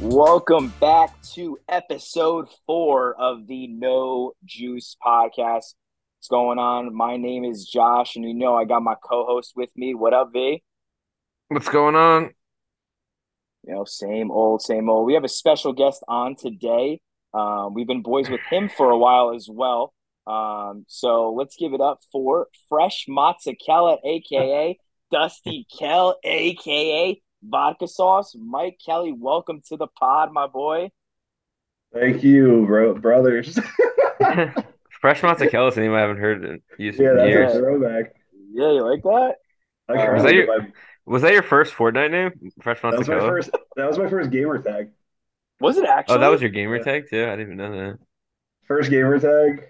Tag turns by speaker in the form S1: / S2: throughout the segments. S1: Welcome back to episode four of the No Juice podcast. What's going on? My name is Josh, and you know I got my co-host with me. What up, V?
S2: What's going on?
S1: You know, same old, same old. We have a special guest on today. Um, we've been boys with him for a while as well. Um, so let's give it up for Fresh Mozzarella, aka Dusty Kell, aka Vodka Sauce. Mike Kelly, welcome to the pod, my boy.
S3: Thank you, bro- brothers.
S2: Fresh mozzarella is a name I haven't heard in used
S3: yeah,
S2: in
S3: that's
S2: years.
S3: a throwback.
S1: Yeah, you like that?
S3: I
S1: Uh,
S3: currently
S2: was that your-
S3: go by-
S2: Was that your first Fortnite name? Fresh
S3: that was my
S2: mozzarella.
S3: first. That was my first gamer tag.
S1: Was it actually?
S2: Oh, that was your gamer
S3: Yeah.
S2: tag too. I didn't even know that.
S3: First gamer tag.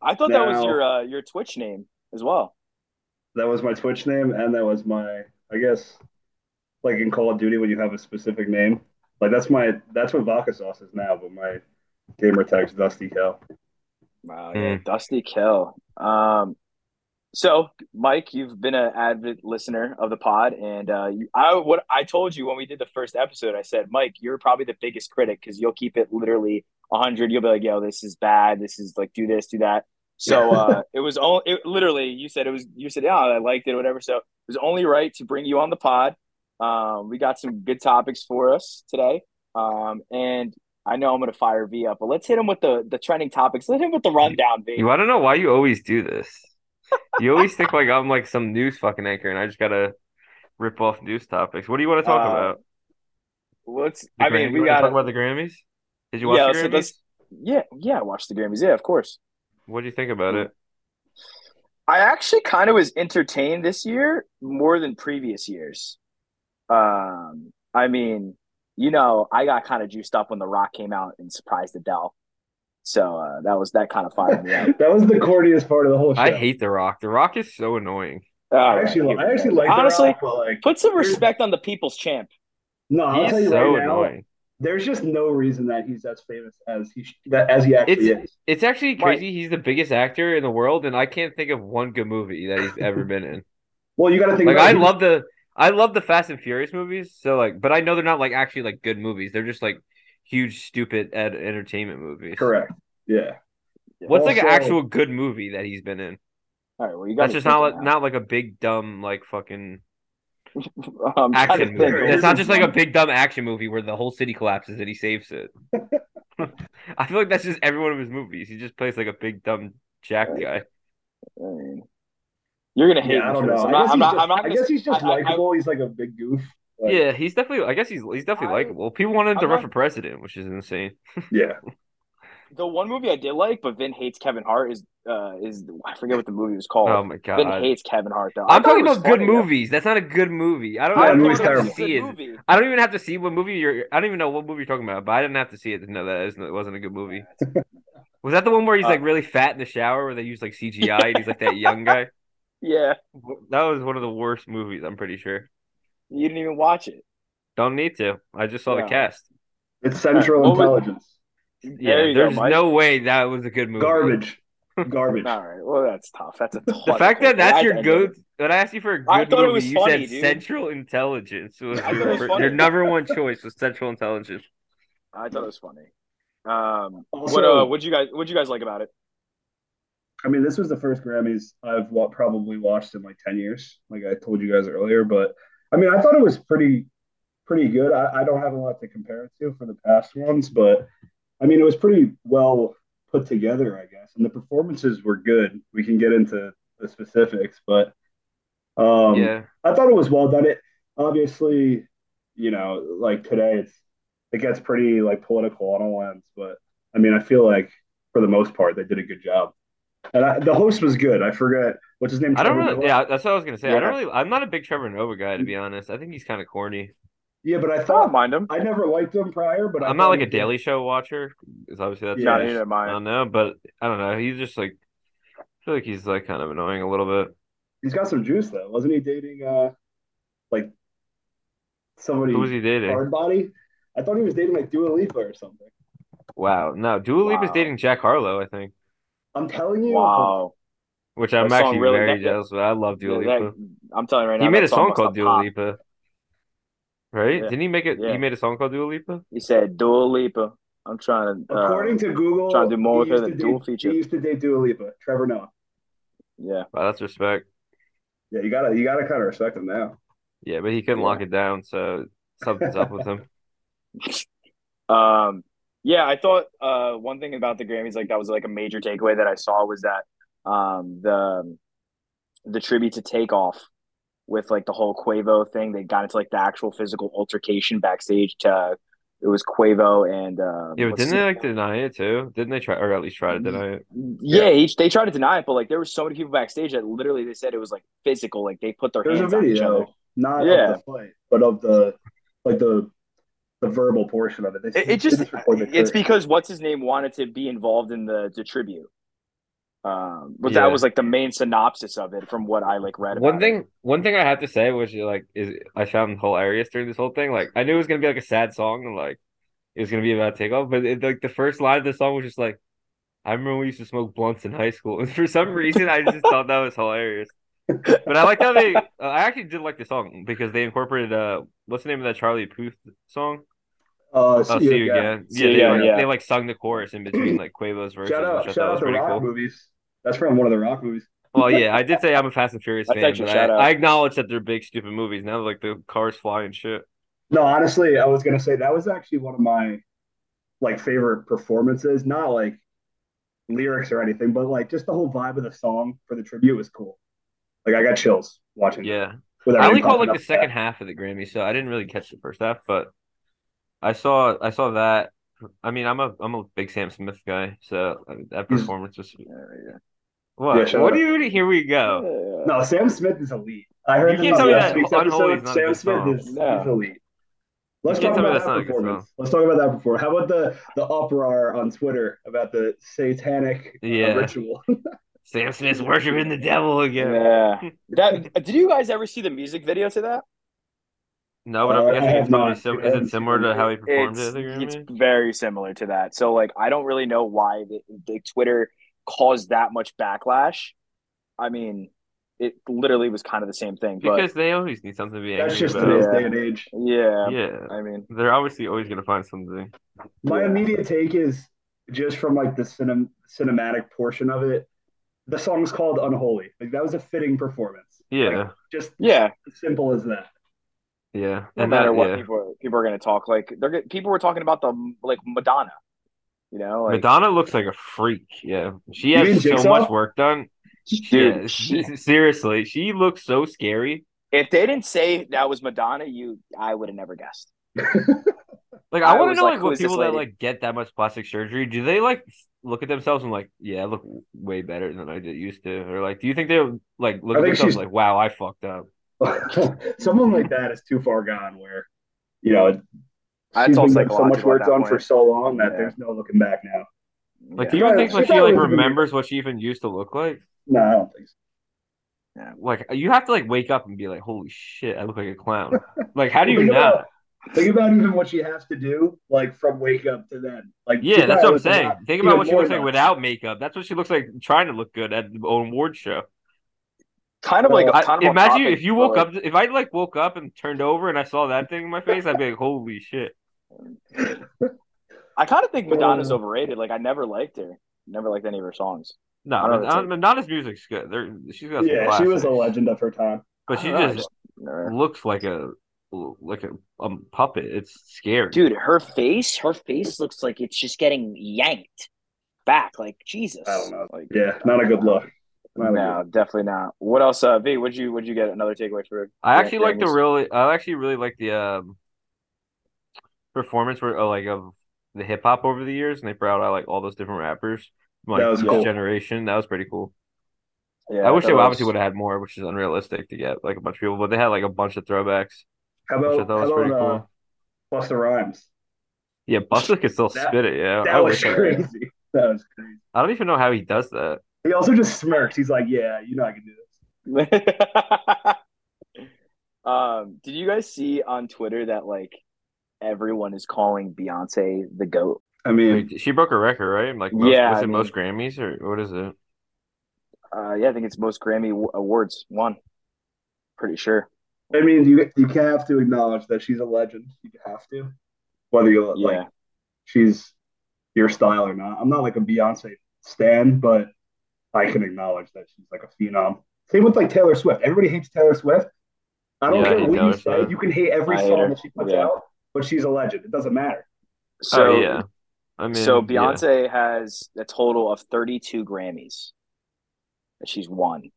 S1: I thought that was
S3: No.
S1: your uh, your Twitch name as well.
S3: That was my Twitch name, and that was my, I guess, like in Call of Duty when you have a specific name. Like that's my. That's what vodka sauce is now, but my gamer tag's Dusty Cow.
S1: Wow, yeah, Dusty Kell. Um, so Mike, you've been an avid listener of the pod, and uh, you- I what I told you when we did the first episode, I said, Mike, you're probably the biggest critic because you'll keep it literally 100. You'll be like, yo, this is bad. This is like, do this, do that. So uh, it was only it, literally you said it was you said yeah, I liked it, whatever. So it was only right to bring you on the pod. Um, we got some good topics for us today, um, and I know I'm gonna fire V up, but let's hit him with the the trending topics. Let him with the rundown, V.
S2: You, I don't know why you always do this. You always think like I'm like some news fucking anchor, and I just gotta rip off news topics. What do you want to talk
S1: Uh,
S2: about?
S1: Let's.
S2: The
S1: I
S2: Gram-
S1: mean,
S2: you
S1: we
S2: wanna
S1: got
S2: talk
S1: to
S2: about the Grammys. Did you watch
S1: Yeah,
S2: the
S1: so
S2: Grammys?
S1: let's- Yeah, yeah. Watch the Grammys. Yeah, of course.
S2: What do you think about it?
S1: I actually kind of was entertained this year more than previous years. Um, I mean, you know, I got kind of juiced up when The Rock came out and surprised Adele, so uh, that was that kind of fired me up.
S3: that was the corniest part of the whole show.
S2: I hate The Rock. The Rock is so annoying.
S3: I actually, I actually like.
S1: honestly.
S3: that, but like,
S1: Put some respect on the people's champ.
S3: no, Uh, I'll
S2: He's
S3: tell you
S2: so
S3: right now,
S2: annoying.
S3: there's just no reason that he's as famous as he sh- that as he actually
S2: It's-
S3: is.
S2: It's actually
S1: Right.
S2: crazy. He's the biggest actor in the world, and I can't think of one good movie that he's ever been in.
S3: Well, you got to think
S2: like
S3: about
S2: I
S3: it. He was-
S2: love the I love the Fast and Furious movies. So like, but I know they're not like actually like good movies. They're just like huge stupid ed- entertainment movies.
S3: correct. Yeah.
S2: What's like an
S3: Also-
S2: actual good movie that he's been in?
S1: All right, well, you got
S2: That's just not like, not like a big dumb like fucking
S1: I'm trying to
S2: action
S1: think.
S2: movie.
S3: right?
S2: That's not just like a big dumb action movie where the whole city collapses and he saves it. I feel like that's just every one of his movies. He just plays like a big dumb jack
S1: Right.
S2: guy.
S1: I mean, you're gonna hate
S3: Yeah,
S1: me
S3: I don't
S1: for this.
S3: know.
S1: I'm
S3: I
S1: not.
S3: guess
S1: I'm
S3: he's
S1: not.
S3: just-
S1: I'm not
S3: I
S1: gonna
S3: guess he's just
S1: I- I-
S3: likable. he's like a big goof. Like,
S2: yeah, he's definitely. I guess he's he's definitely
S1: I-
S2: likable. People wanted him to
S1: I'm
S2: run
S1: not-
S2: for president, which is insane.
S3: yeah.
S1: The one movie I did like, but Vin hates Kevin Hart is uh is I forget what the movie was called.
S2: Oh my god!
S1: Vin hates Kevin Hart though. I
S2: I'm
S1: thought it
S2: talking
S1: was
S2: about good
S1: funny, though.
S2: movies. That's not a good movie. I don't.
S3: Yeah,
S2: I
S3: that
S2: don't
S3: movie's
S2: even have to
S3: terrible.
S2: see
S1: Good
S2: it.
S1: movie.
S2: I don't even have to see what movie you're. I don't even know what movie you're talking about. But I didn't have to see it to know that it isn't- it wasn't a good movie. Was that the one
S1: Uh,
S2: where he's like really fat in the shower, where they use like CGI and he's like that young guy?
S1: Yeah,
S2: That was one of the worst movies. I'm pretty sure.
S1: you didn't even watch it.
S2: Don't need to. I just saw
S1: Yeah.
S2: the cast.
S3: It's central
S1: Well, we-
S3: intelligence.
S2: Yeah,
S1: you go,
S2: there's
S1: Mike.
S2: no way that was a good movie.
S3: Garbage. Garbage.
S1: All right, well that's tough. That's a tough.
S2: The fact that that's your
S1: go.
S2: go. When I asked you for a good
S1: I thought it
S2: movie,
S1: was
S2: you
S1: funny,
S2: said
S1: dude.
S2: Central Intelligence was
S1: I thought
S2: your,
S1: it was
S2: fir-
S1: funny.
S2: your number one choice was Central Intelligence.
S1: I thought it was funny. Um, what
S3: Also-
S1: uh, what you guys what you guys like about it?
S3: I mean, this was the first Grammys I've wa- probably watched in like 10 years, like I told you guys earlier. But I mean, I thought it was pretty, pretty good. I, I don't have a lot to compare it to for the past ones, but I mean, it was pretty well put together, I guess. And the performances were good. We can get into the specifics, but um,
S2: yeah.
S3: I thought it was well done. It obviously, you know, like today, it's it gets pretty like political on all ends, but I mean, I feel like for the most part, they did a good job. And I, the host was good. I forget what's his name.
S2: I don't
S3: Trevor
S2: really.
S3: Noah?
S2: Yeah, that's what I was gonna say. I
S1: Yeah.
S2: don't really. I'm not a big Trevor Noah guy to be honest. I think he's kind of corny.
S3: Yeah, but I
S1: I don't
S3: thought
S1: mind him.
S3: I never liked him prior, but I
S2: I'm not
S3: thought
S2: like
S3: he
S2: a
S3: was-
S2: Daily Show watcher. Because obviously that's.
S3: Yeah.
S1: Not
S2: what it
S1: neither
S2: is.
S1: am
S2: I
S1: I.
S2: don't know, but I don't know. He's just like. I feel like he's like kind of annoying a little bit.
S3: He's got some juice though, wasn't he? Dating uh, like somebody
S2: Who was he dating?
S3: hard body. I thought he was dating like Dua Lipa or something.
S2: Wow. No, Dua Lipa's
S1: Wow.
S2: dating Jack Harlow, I think,
S3: I'm telling you.
S1: Wow,
S2: which I'm
S1: That song
S2: actually
S1: really-
S2: very
S1: that-
S2: jealous. Of. I love Dua
S1: Yeah, that-
S2: Lipa.
S1: I'm telling you right now,
S2: he made
S1: that
S2: a song
S1: must
S2: called
S1: have
S2: Dua
S1: popped.
S2: Lipa. right?
S1: Yeah.
S2: Didn't he make it?
S1: Yeah.
S2: He made a song called Dua Lipa.
S1: He said Dua Lipa. I'm trying to. uh,
S3: According to Google,
S1: trying to do more
S3: he
S1: with her
S3: used
S1: than
S3: to
S1: dual
S3: date-
S1: feature.
S3: He used to date Dua Lipa, Trevor Noah.
S1: yeah,
S2: Wow, that's respect.
S3: Yeah, you gotta you gotta kind of respect him now.
S2: Yeah, but he couldn't lock it down, so something's up with him.
S1: Um, yeah, I thought uh, one thing about the Grammys, like that was like a major takeaway that I saw was that um, the the tribute to Takeoff with like the whole Quavo thing, they got into like the actual physical altercation backstage. To it was Quavo and um,
S2: Yeah, but
S1: what's
S2: didn't
S1: his-
S2: they like deny it too? Didn't they try, or at least try
S3: Mm-hmm.
S2: to deny it?
S1: yeah, each they tried to deny it, but like there were so many people backstage that literally they said it was like physical, like they put their
S3: There's a
S1: hands on each other.
S3: video, not
S1: Yeah.
S3: of the fight, but of the like the the verbal portion of it. They
S1: It, it just
S3: didn't record the
S1: it's
S3: curse.
S1: because what's his name wanted to be involved in the, the tribute. Um, but
S2: Yeah.
S1: that was like the main synopsis of it from what I like read.
S2: One
S1: about it.
S2: thing, one thing I have to say, which like is I found hilarious during this whole thing. Like I knew it was gonna be like a sad song, and like it was gonna be about takeoff. But it, like the first line of the song was just like, "I remember we used to smoke blunts in high school." And for some reason, I just thought that was hilarious. But I liked how they. I actually did like the song because they incorporated uh, what's the name of that Charlie Puth song?
S3: Uh, see
S2: Oh,
S3: you
S2: see you
S3: again.
S2: again.
S1: See
S2: Yeah,
S1: you
S2: they,
S1: again,
S2: like,
S1: yeah.
S2: they like sung the chorus in between like Quavo's verses.
S3: Shout
S2: which I
S3: out,
S2: thought
S3: shout
S2: was
S3: out to
S2: pretty
S3: Rock
S2: cool.
S3: movies. That's from one of the Rock movies.
S2: Well, yeah, I did say I'm a Fast and Furious
S1: That's
S2: fan,
S1: actually
S2: but
S1: a shout
S2: I,
S1: out.
S2: I acknowledge that they're big, stupid movies. Now, like the cars fly and shit.
S3: No, honestly, I was gonna say that was actually one of my like favorite performances. Not like lyrics or anything, but like just the whole vibe of the song for the tribute was cool. Like I got chills watching. it.
S2: Yeah,
S3: Without
S2: I only
S3: even
S2: caught like
S3: popping up
S2: the
S3: to that.
S2: second half of the Grammy, so I didn't really catch the first half. But I saw, I saw that. I mean, I'm a, I'm a big Sam Smith guy, so uh, that
S3: He's-
S2: performance was
S1: Yeah,
S2: what?
S3: shout
S2: what
S3: out.
S2: do you? Here we
S1: yeah.
S2: go.
S3: No, Sam Smith is elite. I heard
S2: You
S3: this
S2: can't
S3: on
S2: tell me
S3: last
S2: that
S3: week's
S2: Unholy
S3: episode.
S2: is not a
S3: Sam
S2: good
S3: Smith
S2: song.
S3: is,
S1: No.
S3: is elite. Let's
S2: You can't
S3: talk
S2: tell me
S3: about
S2: that's not a
S3: that
S2: good
S3: performance.
S2: song.
S3: Let's talk about that performance. How about the the uproar on Twitter about the satanic uh,
S2: Yeah.
S3: ritual?
S2: Sam Smith's worshiping the devil again.
S1: Yeah. That did you guys ever see the music video to that?
S2: No, but
S3: Uh, I
S2: I'm guessing
S3: have
S2: it's probably
S3: not.
S2: sim-
S3: I
S2: Is
S3: haven't
S2: it similar
S3: seen
S2: to
S3: it.
S2: how Oh, he performed it
S1: It's
S2: at the
S1: it's
S2: Grammy?
S1: very similar to that. So like I don't really know why the, the Twitter caused that much backlash. I mean, it literally was kind of the same thing, but
S2: Because they always need something to be
S3: That's
S2: angry
S3: just
S2: about.
S3: today's
S1: Yeah.
S3: day and age.
S1: yeah,
S2: yeah.
S1: I mean,
S2: They're obviously always going to find something.
S3: My
S1: Yeah.
S3: immediate take is just from like the cinem- cinematic portion of it. The song's called "Unholy." Like that was a fitting performance.
S2: Yeah,
S3: Like, just
S1: yeah,
S3: as simple as that.
S2: yeah.
S1: no
S2: And
S1: matter
S2: that,
S1: what
S2: yeah.
S1: people are, people are going to talk like they're gonna- people were talking about the like Madonna, you know, like
S2: Madonna looks like a freak. Yeah, she
S3: You mean
S2: has so
S3: Jigsaw?
S2: much work done.
S1: dude,
S2: yeah,
S1: she-
S2: seriously, she looks so scary.
S1: if they didn't say that was Madonna, you I would have never guessed.
S2: Like, I,
S1: I
S2: want to
S1: was
S2: know
S1: like,
S2: like
S1: who
S2: what
S1: is this
S2: people that
S1: lady?
S2: like get that much plastic surgery do they like look at themselves and like, yeah, I look way better than I did used to, or like, do you think they like look
S3: I
S2: at
S3: think
S2: themselves
S3: she's-
S2: like, wow, I fucked up?
S3: Someone like that is too far gone where, you know, she's
S1: That's all
S3: been getting so much
S1: psychological
S3: work
S1: at that
S3: done
S1: point.
S3: for so long that
S1: Yeah.
S3: there's no looking back now.
S2: Like,
S1: Yeah.
S2: do you even
S3: Right,
S2: think
S3: she
S2: like she
S3: probably
S2: like
S3: was a big-
S2: remembers what she even used to look like?
S3: No, I don't think so.
S2: Like, you have to like wake up and be like, holy shit, I look like a clown. Like, how do you
S3: Think
S2: not?
S3: about- Think about even what she has to do, like from wake up to then. Like she
S2: Yeah, that's
S3: probably
S2: what I'm
S3: looks a
S2: saying.
S3: lot-
S2: Think
S3: she
S2: about
S3: was
S2: what she
S3: more
S2: looks like
S3: nuts.
S2: without makeup. That's what she looks like trying to look good at the own award show.
S1: Kind of like a
S3: Well,
S2: I,
S1: kind of a
S2: imagine
S1: topic,
S2: if you
S1: but,
S2: woke
S1: like,
S2: up, if I like woke up and turned over and I saw that thing in my face, I'd be like, holy shit.
S1: I kind of think Madonna's
S2: Oh.
S3: Uh.
S1: overrated. Like I never liked her. Never liked any of her songs.
S2: No,
S1: I don't know,
S2: Madonna, Madonna's music's good. There, she's got some
S3: Yeah, she was a
S2: classics.
S3: legend of her time.
S2: but
S1: I
S2: she
S1: don't know, I
S2: just
S1: never-
S2: looks like a like a um, puppet. It's scary.
S1: Dude, her face, her face looks like it's just getting yanked back. Like Jesus.
S3: I don't know.
S1: Like
S3: Yeah, not a good look. Not a
S1: No, definitely not. What else, uh, V? Would you would you get another takeaway for?
S2: I actually like the
S1: Grammys?
S2: really, I actually really like the um performance where oh, like of the hip hop over the years, and they brought out like all those different rappers from like
S3: That was
S2: each
S3: cool.
S2: generation. That was pretty cool.
S1: Yeah,
S2: I wish
S1: that
S2: they
S1: was-
S2: obviously would have had more, which is unrealistic to get like a bunch of people, but they had like a bunch of throwbacks.
S3: How
S2: Which I
S3: about
S2: thought was
S3: how
S2: pretty
S3: about uh,
S2: cool.
S3: Busta Rhymes?
S2: Yeah, Buster could still
S3: That-
S2: spit it. Yeah,
S3: That
S2: I,
S3: was
S2: wish I, could.
S3: crazy. That was crazy.
S2: I don't even know how he does that.
S3: He also just smirks. He's like, "Yeah, you know I can do this."
S1: um, did you guys see on Twitter that like everyone is calling Beyonce the goat?
S3: I mean,
S2: Wait, she broke a record, right? Like, most,
S1: Yeah,
S2: was
S1: I
S2: it
S1: mean-
S2: most Grammys or what is it? Oh,
S1: Uh, yeah, I think it's most Grammy w- awards won. Pretty sure.
S3: I mean, you you can have to acknowledge that she's a legend. You have to, whether you
S1: Yeah.
S3: like she's your style or not. I'm not like a Beyonce stan, but I can acknowledge that she's like a phenom. Same with like Taylor Swift. Everybody hates Taylor Swift. I
S2: Yeah,
S3: don't
S2: I
S3: care
S2: hate
S3: what you
S2: Taylor
S3: say.
S2: Swift.
S3: You can hate every
S1: I hate
S3: song
S1: her.
S3: that she puts
S1: Yeah.
S3: out, but she's a legend. It doesn't matter.
S1: So
S2: oh, yeah. I mean,
S1: so
S2: yeah.
S1: Beyonce has a total of 32 Grammys that she's won.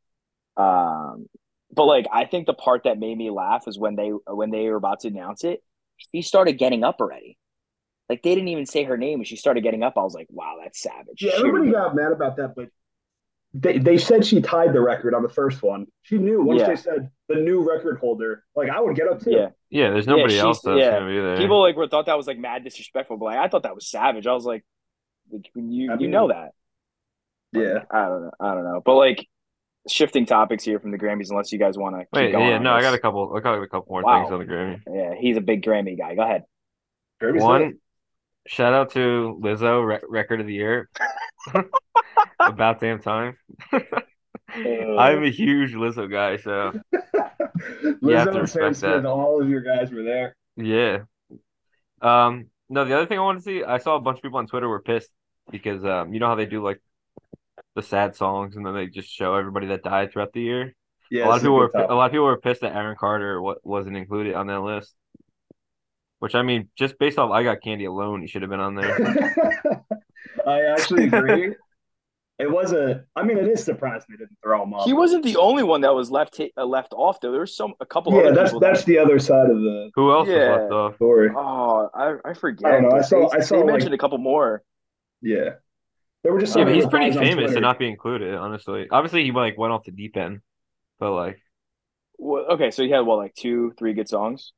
S1: Um, but like I think the part that made me laugh was when they when they were about to announce it, she started getting up already. Like they didn't even say her name, and she started getting up. I was like, wow, that's savage.
S3: Yeah,
S1: She
S3: everybody
S1: really-
S3: got mad about that, but they, they said she tied the record on the first one. She knew once
S1: Yeah.
S3: they said the new record holder, like I would get up too.
S1: yeah.
S2: Yeah, there's
S1: Yeah,
S2: nobody
S1: she's-
S2: else that's
S1: yeah.
S2: gonna be there.
S1: People like were thought that was like mad disrespectful, but like I thought that was savage. I was like, like, you
S3: I
S1: you
S3: mean-
S1: know that.
S3: Yeah.
S1: I don't know. I don't know. But like shifting topics here from the Grammys, unless you guys want to
S2: Wait,
S1: keep going.
S2: yeah,
S1: on
S2: no, I got a
S1: this.
S2: couple. I got a couple more
S1: Wow.
S2: things on the Grammy.
S1: Yeah, he's a big Grammy guy. Go ahead.
S3: Jeremy said it.
S2: One, shout out to Lizzo, re- record of the year. About damn time.
S3: Uh,
S2: I'm a huge Lizzo guy, so You have
S3: Lizzo
S2: to
S3: and Sam
S2: respect
S3: Smith,
S2: that.
S3: all of your guys were there.
S2: yeah. Um, no, the other thing I wanted to see, I saw a bunch of people on Twitter were pissed because um, you know how they do like the sad songs and then they just show everybody that died throughout the year.
S3: Yeah,
S2: a lot of
S3: this is
S2: people were
S3: good
S2: a lot of people were pissed that Aaron Carter what wasn't included on that list. Which I mean, just based off I Got Candy alone, he should have been on there.
S3: topic. I actually agree. it was a. I mean, it is surprising they didn't throw him up.
S1: He wasn't the only one that was left hit, uh, left off though. There was some a couple.
S3: Yeah,
S1: other
S3: that's
S1: people
S3: that's the other side of the
S2: Who else
S1: Yeah.
S2: was left off?
S3: story.
S1: That, oh, I, I forget.
S3: I don't know. I
S1: They-
S3: saw- I
S1: they
S3: saw, like-
S1: mentioned a couple more.
S3: Yeah, there were just.
S2: Yeah,
S3: some
S2: but he's
S3: replies
S2: pretty
S3: on
S2: famous to
S3: Twitter.
S2: not be included, honestly. Obviously, he like went off the deep end, but like,
S1: Well, okay, so he had what like two, three good songs.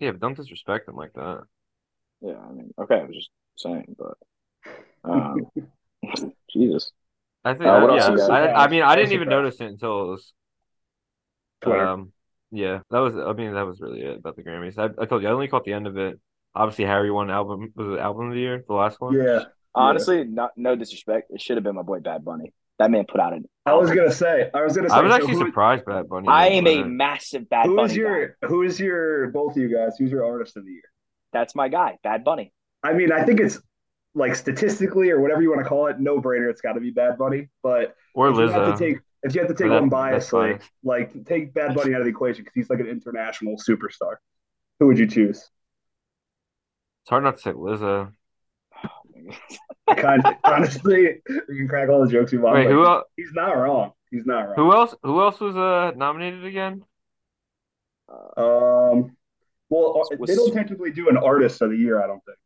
S2: yeah, but don't disrespect him like that.
S1: Yeah, I mean, okay, I was just saying, but um, Jesus,
S2: I think,
S1: Uh, what
S2: yeah,
S1: else you got?
S2: I, I mean, I
S3: Surprise.
S2: didn't even
S3: Surprise.
S2: notice it until it was,
S3: Twitter.
S2: um, yeah, that was. I mean, that was really it about the Grammys. I, I told you, I only caught the end of it. Obviously, Harry won album was it album of the year, the last one.
S3: yeah,
S1: honestly, not no disrespect. It should have been my boy Bad Bunny. That man put out an.
S3: I was gonna say. I was gonna say.
S2: I was
S3: so
S2: actually
S3: who-
S2: surprised by that bunny.
S1: I am a
S2: but-
S1: massive Bad
S3: Who
S1: Bunny.
S3: is your? Who is your? Both of you guys. Who's your artist of the year?
S1: guy. That's my guy, Bad Bunny.
S3: I mean, I think it's like statistically or whatever you want to call it, no brainer. It's got to be Bad Bunny. But
S2: or
S3: if you have
S2: Lizzo.
S3: to take if you have to take
S2: Or that- that's
S3: unbiasedly,
S2: biased.
S3: like take Bad Bunny out of the equation because he's like an international superstar. Who would you choose?
S2: it's hard not to say Lizzo.
S3: I kind of, honestly, we can crack all the jokes you want.
S2: Wait,
S3: but
S2: who else?
S3: he's not wrong. He's not wrong.
S2: Who else? Who else was uh nominated again?
S3: Um, well, ar-
S1: Was-
S3: they don't technically do an artist of the year. I don't think.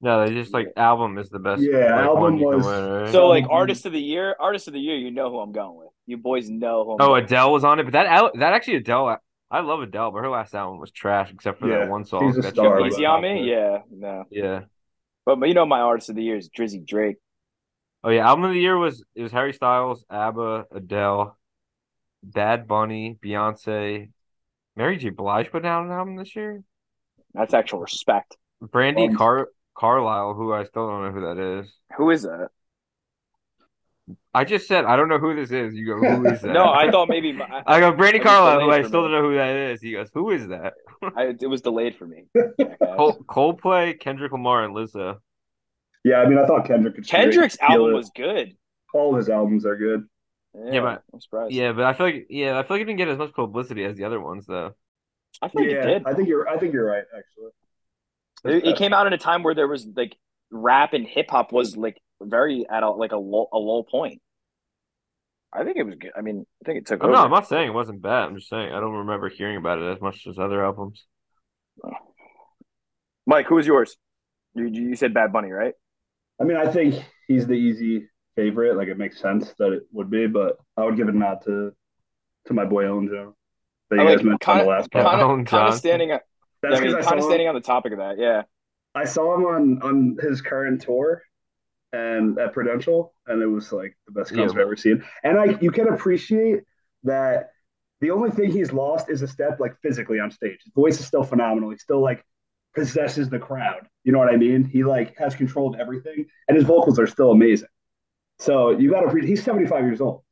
S2: No, they just like album is the best.
S3: Yeah,
S2: like,
S3: album
S2: one you can
S3: was-
S2: win, right?
S1: So like
S3: Um,
S1: artist of the year, artist of the year, you know who I'm going with. You boys know who I'm
S2: Oh,
S1: going
S2: Adele was on it, but that al- that actually Adele. I, I love Adele, but her last album was trash except for
S3: Yeah,
S2: that one song.
S3: she's a
S2: that
S3: star,
S1: with.
S3: but-
S1: Easy on me? Yeah, no.
S2: Yeah.
S1: But, but you know my artist of the year is Drizzy Drake.
S2: Oh yeah, album of the year was it was Harry Styles, ABBA, Adele, Bad Bunny, Beyonce, Mary J. Blige put out an album this year.
S1: That's actual respect.
S2: Brandy
S3: Um,
S2: Car Carlisle, who I still don't know who that is.
S1: Who is that?
S2: I just said I don't know who this is. You go, who is that?
S1: No, I thought maybe my, I-
S2: I go Brandy
S1: That was
S2: Carlisle, who
S1: delayed
S2: I
S1: for
S2: still
S1: me.
S2: don't know who that is. He goes, who is that?
S1: I, it was delayed for me.
S2: Col- Coldplay, Kendrick Lamar, and Lizzo.
S3: Yeah, I mean, I thought Kendrick. Could
S1: Kendrick's
S3: steal
S1: album
S3: it.
S1: was good.
S3: all his albums are good.
S1: Yeah,
S2: Yeah, but-
S1: I'm surprised.
S2: Yeah, but I feel like yeah, I feel like it didn't get as much publicity as the other ones though.
S1: I think it
S3: yeah,
S1: did.
S3: I think you're. I think you're right. Actually,
S1: It, it came out at a time where there was like rap and hip hop was like very at a like a low, a low point. I think it was good. I mean, I think it took
S2: Oh,
S1: over.
S2: no, I'm not saying it wasn't bad. I'm just saying I don't remember hearing about it as much as other albums.
S1: Mike, who was yours? You, you said Bad Bunny, right?
S3: I mean, I think he's the easy favorite. Like, it makes sense that it would be, but I would give a nod to to my boy Owen Jones that you
S1: I
S3: guys
S1: like
S3: mentioned on the
S1: Con-
S3: last
S2: Con-
S3: part.
S1: Kind
S2: Owen
S1: of, kind of
S2: Johnson.
S1: standing. I
S3: That's
S1: mean,
S3: because I,
S1: kind of
S3: saw him.
S1: standing on the topic of that. Yeah.
S3: I saw him on on his current tour and at Prudential, and it was like the best
S2: Yeah.
S3: concert I've ever seen. And I, you can appreciate that. The only thing he's lost is a step, like physically on stage. His voice is still phenomenal. He still like possesses the crowd. You know what I mean? He like has control of everything, and his vocals are still amazing. So you got to. He's seventy five years old.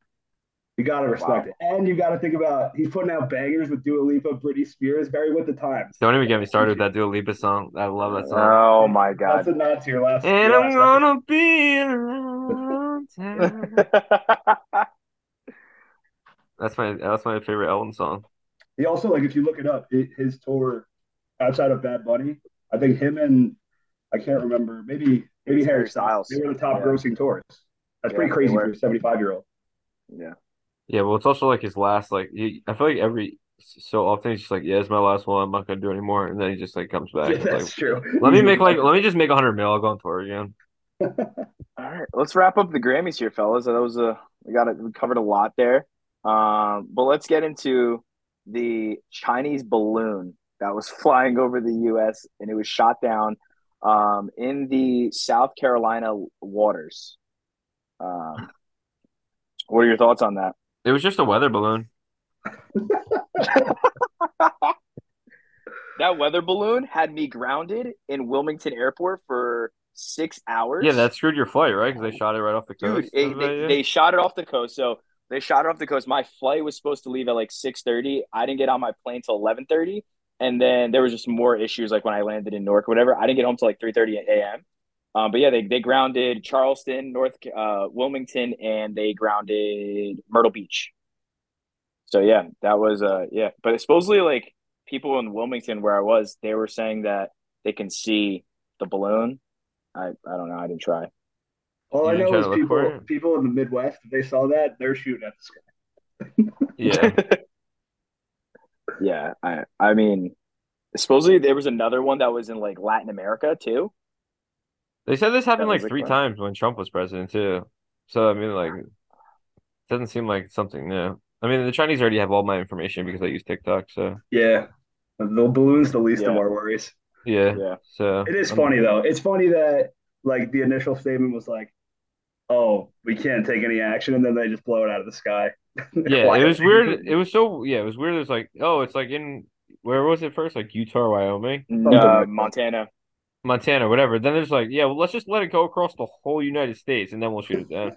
S3: You gotta respect it, and you gotta think about he's putting out bangers with Dua Lipa, Britney Spears, Barry with the times.
S2: Don't even get me started with that Dua Lipa song. I love that song.
S1: Oh my god.
S3: That's a nod to your last.
S2: and
S3: your
S2: I'm
S3: last
S2: gonna be around town. That's my that's my favorite Elton song.
S3: He also like if you look it up, it, his tour outside of Bad Bunny, I think him and I can't remember maybe maybe Harry Styles. They were the top
S1: Yeah.
S3: grossing tourists. That's
S1: Yeah,
S3: pretty
S1: they
S3: crazy
S1: were.
S3: for a seventy five year old.
S1: yeah.
S2: Yeah, well, it's also like his last. Like he, I feel like every so often he's just like, "Yeah, it's my last one. I'm not gonna do anymore," and then he just like comes back.
S3: Yeah,
S2: It's like,
S3: that's true.
S2: let me make like let me just make a hundred mil. I'll go on tour again.
S1: All right, let's wrap up the Grammys here, fellas. That was a we got it. We covered a lot there, um, but let's get into the Chinese balloon that was flying over the U.S. and it was shot down um, in the South Carolina waters. Um, what are your thoughts on that?
S2: It was just a weather balloon.
S1: That weather balloon had me grounded in Wilmington Airport for six hours.
S2: Yeah, that screwed your flight, right? Because they shot it right off the
S1: Oh. dude
S2: coast.
S1: it, they, they shot it off the coast so they shot it off the coast my flight was supposed to leave at like 6.30 i didn't get on my plane till 11.30 and then there was just more issues like when i landed in newark or whatever i didn't get home till like 3.30 a.m um, but yeah they, they grounded charleston north uh, wilmington and they grounded myrtle beach so yeah that was uh yeah but supposedly like people in wilmington where i was they were saying that they can see the balloon i, I don't know i didn't try
S3: All I
S2: You
S3: know
S2: try
S3: is
S2: to look for
S3: people
S2: it?
S3: people in the Midwest, if they saw that, they're shooting at the sky.
S2: yeah,
S1: Yeah, I I mean, supposedly there
S3: Mm.
S1: was another one that was in like Latin America too.
S2: they said this happened
S1: That
S2: like
S1: was a
S2: three
S1: flight.
S2: times when Trump was president too. So I mean, like, it doesn't seem like it's something new. I mean, the Chinese already have all my information because I use TikTok. So
S3: Yeah. The balloon's the least of
S1: Yeah.
S3: our worries.
S2: yeah,
S1: Yeah.
S2: so um,
S3: It is
S2: I'm-
S3: funny though. It's funny that like the initial statement was like, "Oh, we can't take any action," and then they just blow it out of the sky.
S2: Yeah, it
S3: Quietly.
S2: was weird. It was so yeah, it was weird. It was like oh, it's like in where was it first? Like Utah, Wyoming,
S1: No,
S3: like that.
S1: Mm. Uh, Montana.
S2: Montana, whatever. Then there's like yeah, well let's just let it go across the whole United States and then we'll shoot it down.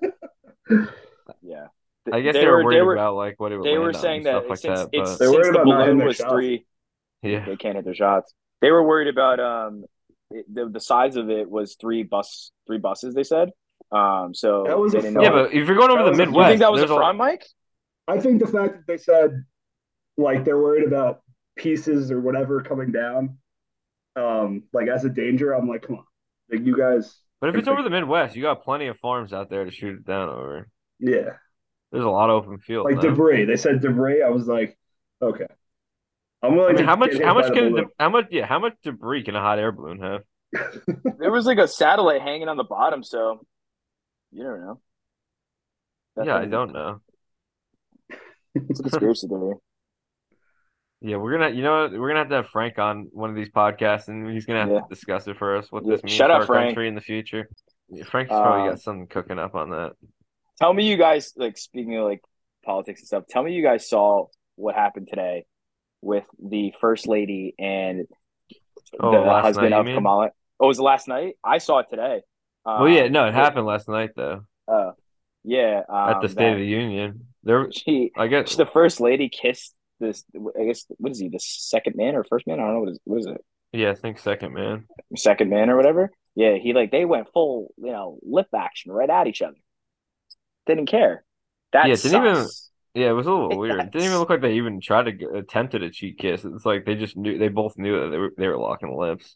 S1: Yeah.
S2: I guess they, were, worried
S1: they were,
S2: about like what it would
S1: they were
S2: land on
S1: saying
S2: and
S1: that
S2: stuff like
S1: since
S2: that.
S1: it's
S2: but
S3: They're
S1: since
S3: worried
S1: the
S3: about not hitting
S1: balloon
S3: their
S1: was
S3: shots.
S1: three,
S2: yeah,
S1: they can't hit their shots. They were worried about um it, the the size of it was three bus three buses. They said um so
S3: That was
S1: they
S3: a
S1: didn't
S3: No.
S1: know.
S2: yeah, but if you're going
S3: That
S2: over the
S3: was a-
S1: you
S2: Midwest,
S1: think that was a
S2: there's a-
S1: front, Mike?
S3: I think the fact that they said like they're worried about pieces or whatever coming down, um, like as a danger, I'm like, come on, like you guys,
S2: but if it's over the Midwest, you got plenty of farms out there to shoot it down over.
S3: yeah,
S2: There's a lot of open field.
S3: like
S2: no?
S3: debris. They said debris. I was like, okay, I'm
S2: I
S3: willing
S2: mean,
S3: to
S2: how much?
S3: get hit
S2: How
S3: by
S2: much
S3: the
S2: can?
S3: balloon.
S2: de- How much? Yeah, how much debris can a hot air balloon have?
S1: There was like a satellite hanging on the bottom, so you don't know. That
S2: Yeah, I
S1: thing-
S2: don't know.
S1: It's a conspiracy theory.
S2: Yeah, we're gonna, you know, what? we're gonna have to have Frank on one of these podcasts, and he's gonna have
S1: Yeah.
S2: to discuss it for us what
S1: Yeah,
S2: this means
S1: shut
S2: for
S1: up,
S2: our
S1: Frank.
S2: country in the future. Yeah, Frank's probably
S1: Um,
S2: got something cooking up on that.
S1: tell me you guys like speaking of like politics and stuff tell me you guys saw what happened today with the first lady and
S2: Oh,
S1: the
S2: last
S1: husband
S2: night, you
S1: of
S2: mean?
S1: kamala oh it was last night i saw it today Oh
S2: well, yeah, no, it happened last night though
S1: uh, yeah um,
S2: at the State of the Union. There,
S1: that she
S2: I guess
S1: the first lady kissed this i guess what is he the second man or first man i don't know what is, what is it
S2: yeah, I think second man.
S1: second man or whatever yeah he like they went full you know lip action right at each other didn't care that
S2: Yeah, didn't even-
S1: sucks.
S2: Yeah, it was a little weird. It didn't even
S1: Yes.
S2: look like they even tried to g- attempted a cheat kiss. It's like they just knew they both knew that they were they were locking lips.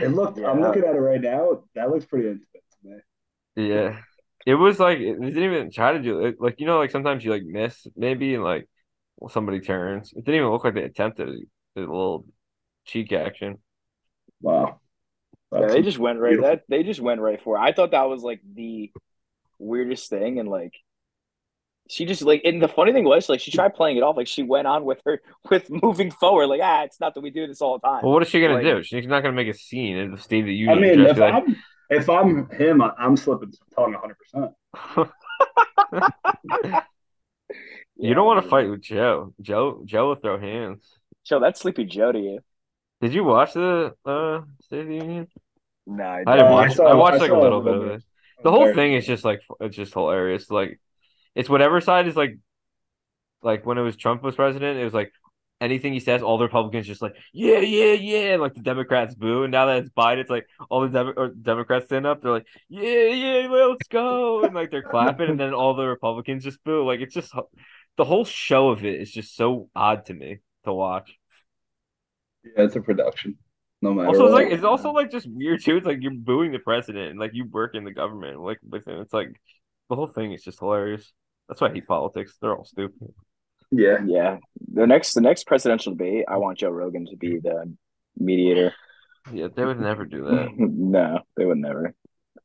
S3: It looked. I'm
S1: Yeah.
S3: looking at it right now. That looks pretty intimate to me.
S2: Yeah, it was like it didn't even try to do it. Like you know, like sometimes you like miss maybe and like well, somebody turns. It didn't even look like they attempted it. It was a little cheek action.
S3: Wow.
S1: Yeah,
S3: That's-
S1: they just went right.
S3: beautiful.
S1: That they just went right for. It. I thought that was like the weirdest thing, and like she just like. And the funny thing was, like, she tried playing it off. Like she went on with her with moving forward. Like ah, it's not that we do this all the time.
S2: Well, what is she gonna
S1: Like-
S2: do? She's not gonna make a scene in the State of the
S3: I
S2: Union.
S3: mean,
S2: just
S3: if
S2: be like,
S3: I'm if I'm him, I- I'm slipping some tongue 100. percent
S2: you don't want to fight with Joe. Joe, Joe will throw hands.
S1: So that's Sleepy Joe to you.
S2: Did you watch the uh, State of the Union?
S1: No, I
S2: I didn't
S3: Uh,
S2: watch.
S3: I
S2: it.
S3: saw-
S2: I watched
S3: I
S2: like
S3: saw
S2: a
S3: a
S2: little bit
S3: little
S2: of
S3: bit.
S2: it. The whole thing is just like it's just hilarious. Like it's whatever side is like, like when it was Trump was president, it was like anything he says, all the Republicans just like yeah, yeah, yeah, and like the Democrats boo. And now that it's Biden, it's like all the Dem- or Democrats stand up, they're like yeah, yeah, let's go, and like they're clapping, and then all the Republicans just boo. Like it's just the whole show of it is just so odd to me to watch.
S3: Yeah, it's a production. No matter.
S2: Also, it's
S3: what.
S2: like it's also like just weird too. It's like you're booing the president, and like you work in the government, like with him. It's like the whole thing is just hilarious. That's why I hate politics. They're all stupid.
S3: yeah,
S1: Yeah. The next the next presidential debate, I want Joe Rogan to be the mediator.
S2: Yeah, they would never do that.
S1: no, they would never.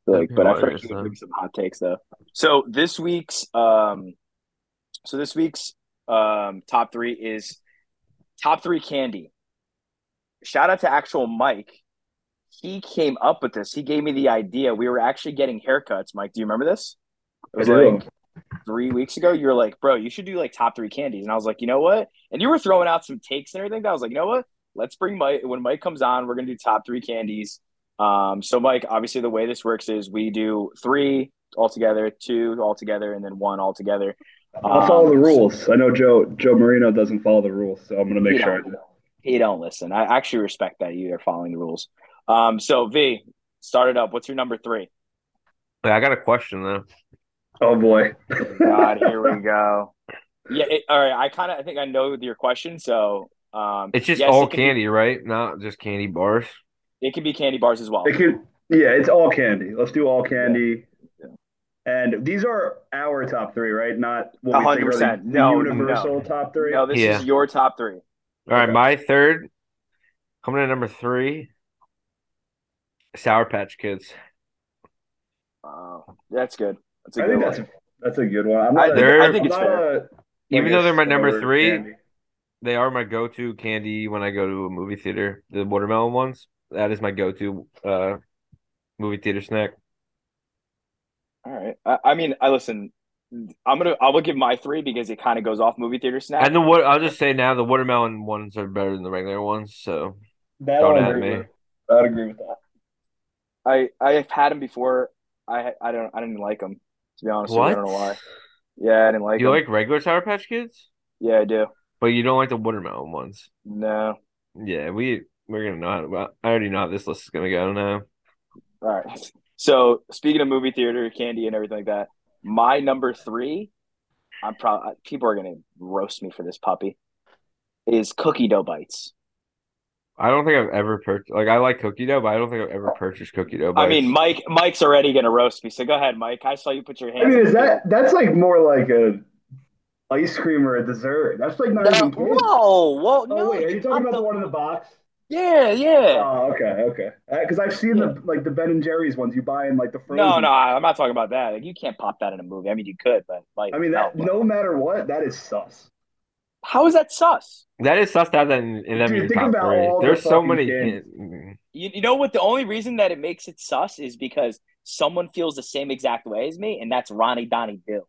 S2: That'd
S1: Like,
S2: be
S1: but I've heard
S2: hilarious,
S1: he would
S2: though.
S1: give some hot takes though. So this week's um, so this week's um top three is top three candy. Shout out to actual Mike. He came up with this. He gave me the idea. We were actually getting haircuts. Mike, do you remember this? It was
S3: I do.
S1: like three weeks ago. You were like, bro, you should do like top three candies. And I was like, you know what? And you were throwing out some takes and everything. That I was like, you know what? Let's bring Mike. When Mike comes on, we're gonna do top three candies. Um, so Mike, obviously the way this works is we do three altogether, two altogether, and then one altogether. Um,
S3: I'll follow the rules. I know Joe Joe Marino doesn't follow the rules, so I'm gonna make sure I do.
S1: You don't listen. I actually respect that you are following the rules. Um, so V, start it up. What's your number three?
S2: Wait, I got a question though.
S3: Oh boy.
S1: God, here we go. Yeah, it, all right. I kind of I think I know your question. So um,
S2: It's just
S1: yes,
S2: all
S1: it could be-
S2: candy, right? Not just candy bars.
S1: it could be candy bars as well.
S3: It could, yeah, it's all candy. Let's do all candy.
S1: Yeah.
S3: And these are our top three, right? Not what
S1: A hundred
S3: we think are the
S1: percent. No,
S3: universal top three.
S1: No, this
S2: Yeah.
S1: is your top three.
S2: All right,
S3: Okay.
S2: my third coming in at number three. Sour Patch Kids.
S1: Wow, that's good. That's a
S3: I
S1: good
S3: think
S1: one.
S3: that's a, that's a good one. I'm
S1: I
S3: not,
S1: think-
S2: I
S3: I'm
S1: think it's
S3: not
S1: fair.
S3: a- like
S2: Even
S3: a
S2: though they're my number
S3: sour
S2: three,
S3: candy.
S2: They are my go-to candy when I go to a movie theater. The watermelon ones. That is my go-to uh movie theater snack.
S1: All right. I, I mean, I listen. I'm gonna. I will give my three because it kind of goes off movie theater snack.
S2: And the what I'll just say now, the watermelon ones are better than the regular ones. So
S3: That
S2: Don't
S3: I'll
S2: at
S3: agree
S2: me.
S3: with. I'd agree with that.
S1: I I've had them before. I I don't. I didn't like them. To be honest, with you. I don't know why. Yeah, I didn't like
S2: you
S1: them.
S2: like regular Sour Patch Kids,
S1: Yeah, I do.
S2: but you don't like the watermelon ones.
S1: No.
S2: Yeah, we we're gonna know. How well, I already know how this list is gonna go now.
S1: All right. So speaking of movie theater candy and everything like that, my number three, I'm probably people are gonna roast me for this puppy, is cookie dough bites.
S2: I don't think I've ever purchased. Like I like cookie dough, but I don't think I've ever purchased cookie dough.
S1: I
S2: bites.
S1: mean, Mike. Mike's already gonna roast me. So go ahead, Mike. I saw you put your hands.
S3: I mean,
S1: in
S3: is
S1: the-
S3: that that's like more like a ice cream or a dessert? That's like not
S1: No,
S3: even candy.
S1: whoa, whoa, no.
S3: Oh wait, are you talking
S1: I'm
S3: about the one in the box?
S1: Yeah, yeah.
S3: Oh, okay, okay. Because I've seen the like the Ben and Jerry's ones you buy in like the frozen.
S1: no, no, I- I'm not talking about that. Like, you can't pop that in a movie. I mean, you could, but like,
S3: I mean that.
S1: no.
S3: No matter what, that is sus.
S1: How is that sus?
S2: that is sussed out in, in them
S3: Dude,
S2: in your
S3: think
S2: top
S3: about
S2: three.
S3: all the
S2: There's so
S3: fucking
S2: many. mm-hmm.
S3: candies.
S2: can-
S1: You, you know what? The only reason that it makes it sus is because someone feels the same exact way as me, and that's Ronnie Donnie Dill.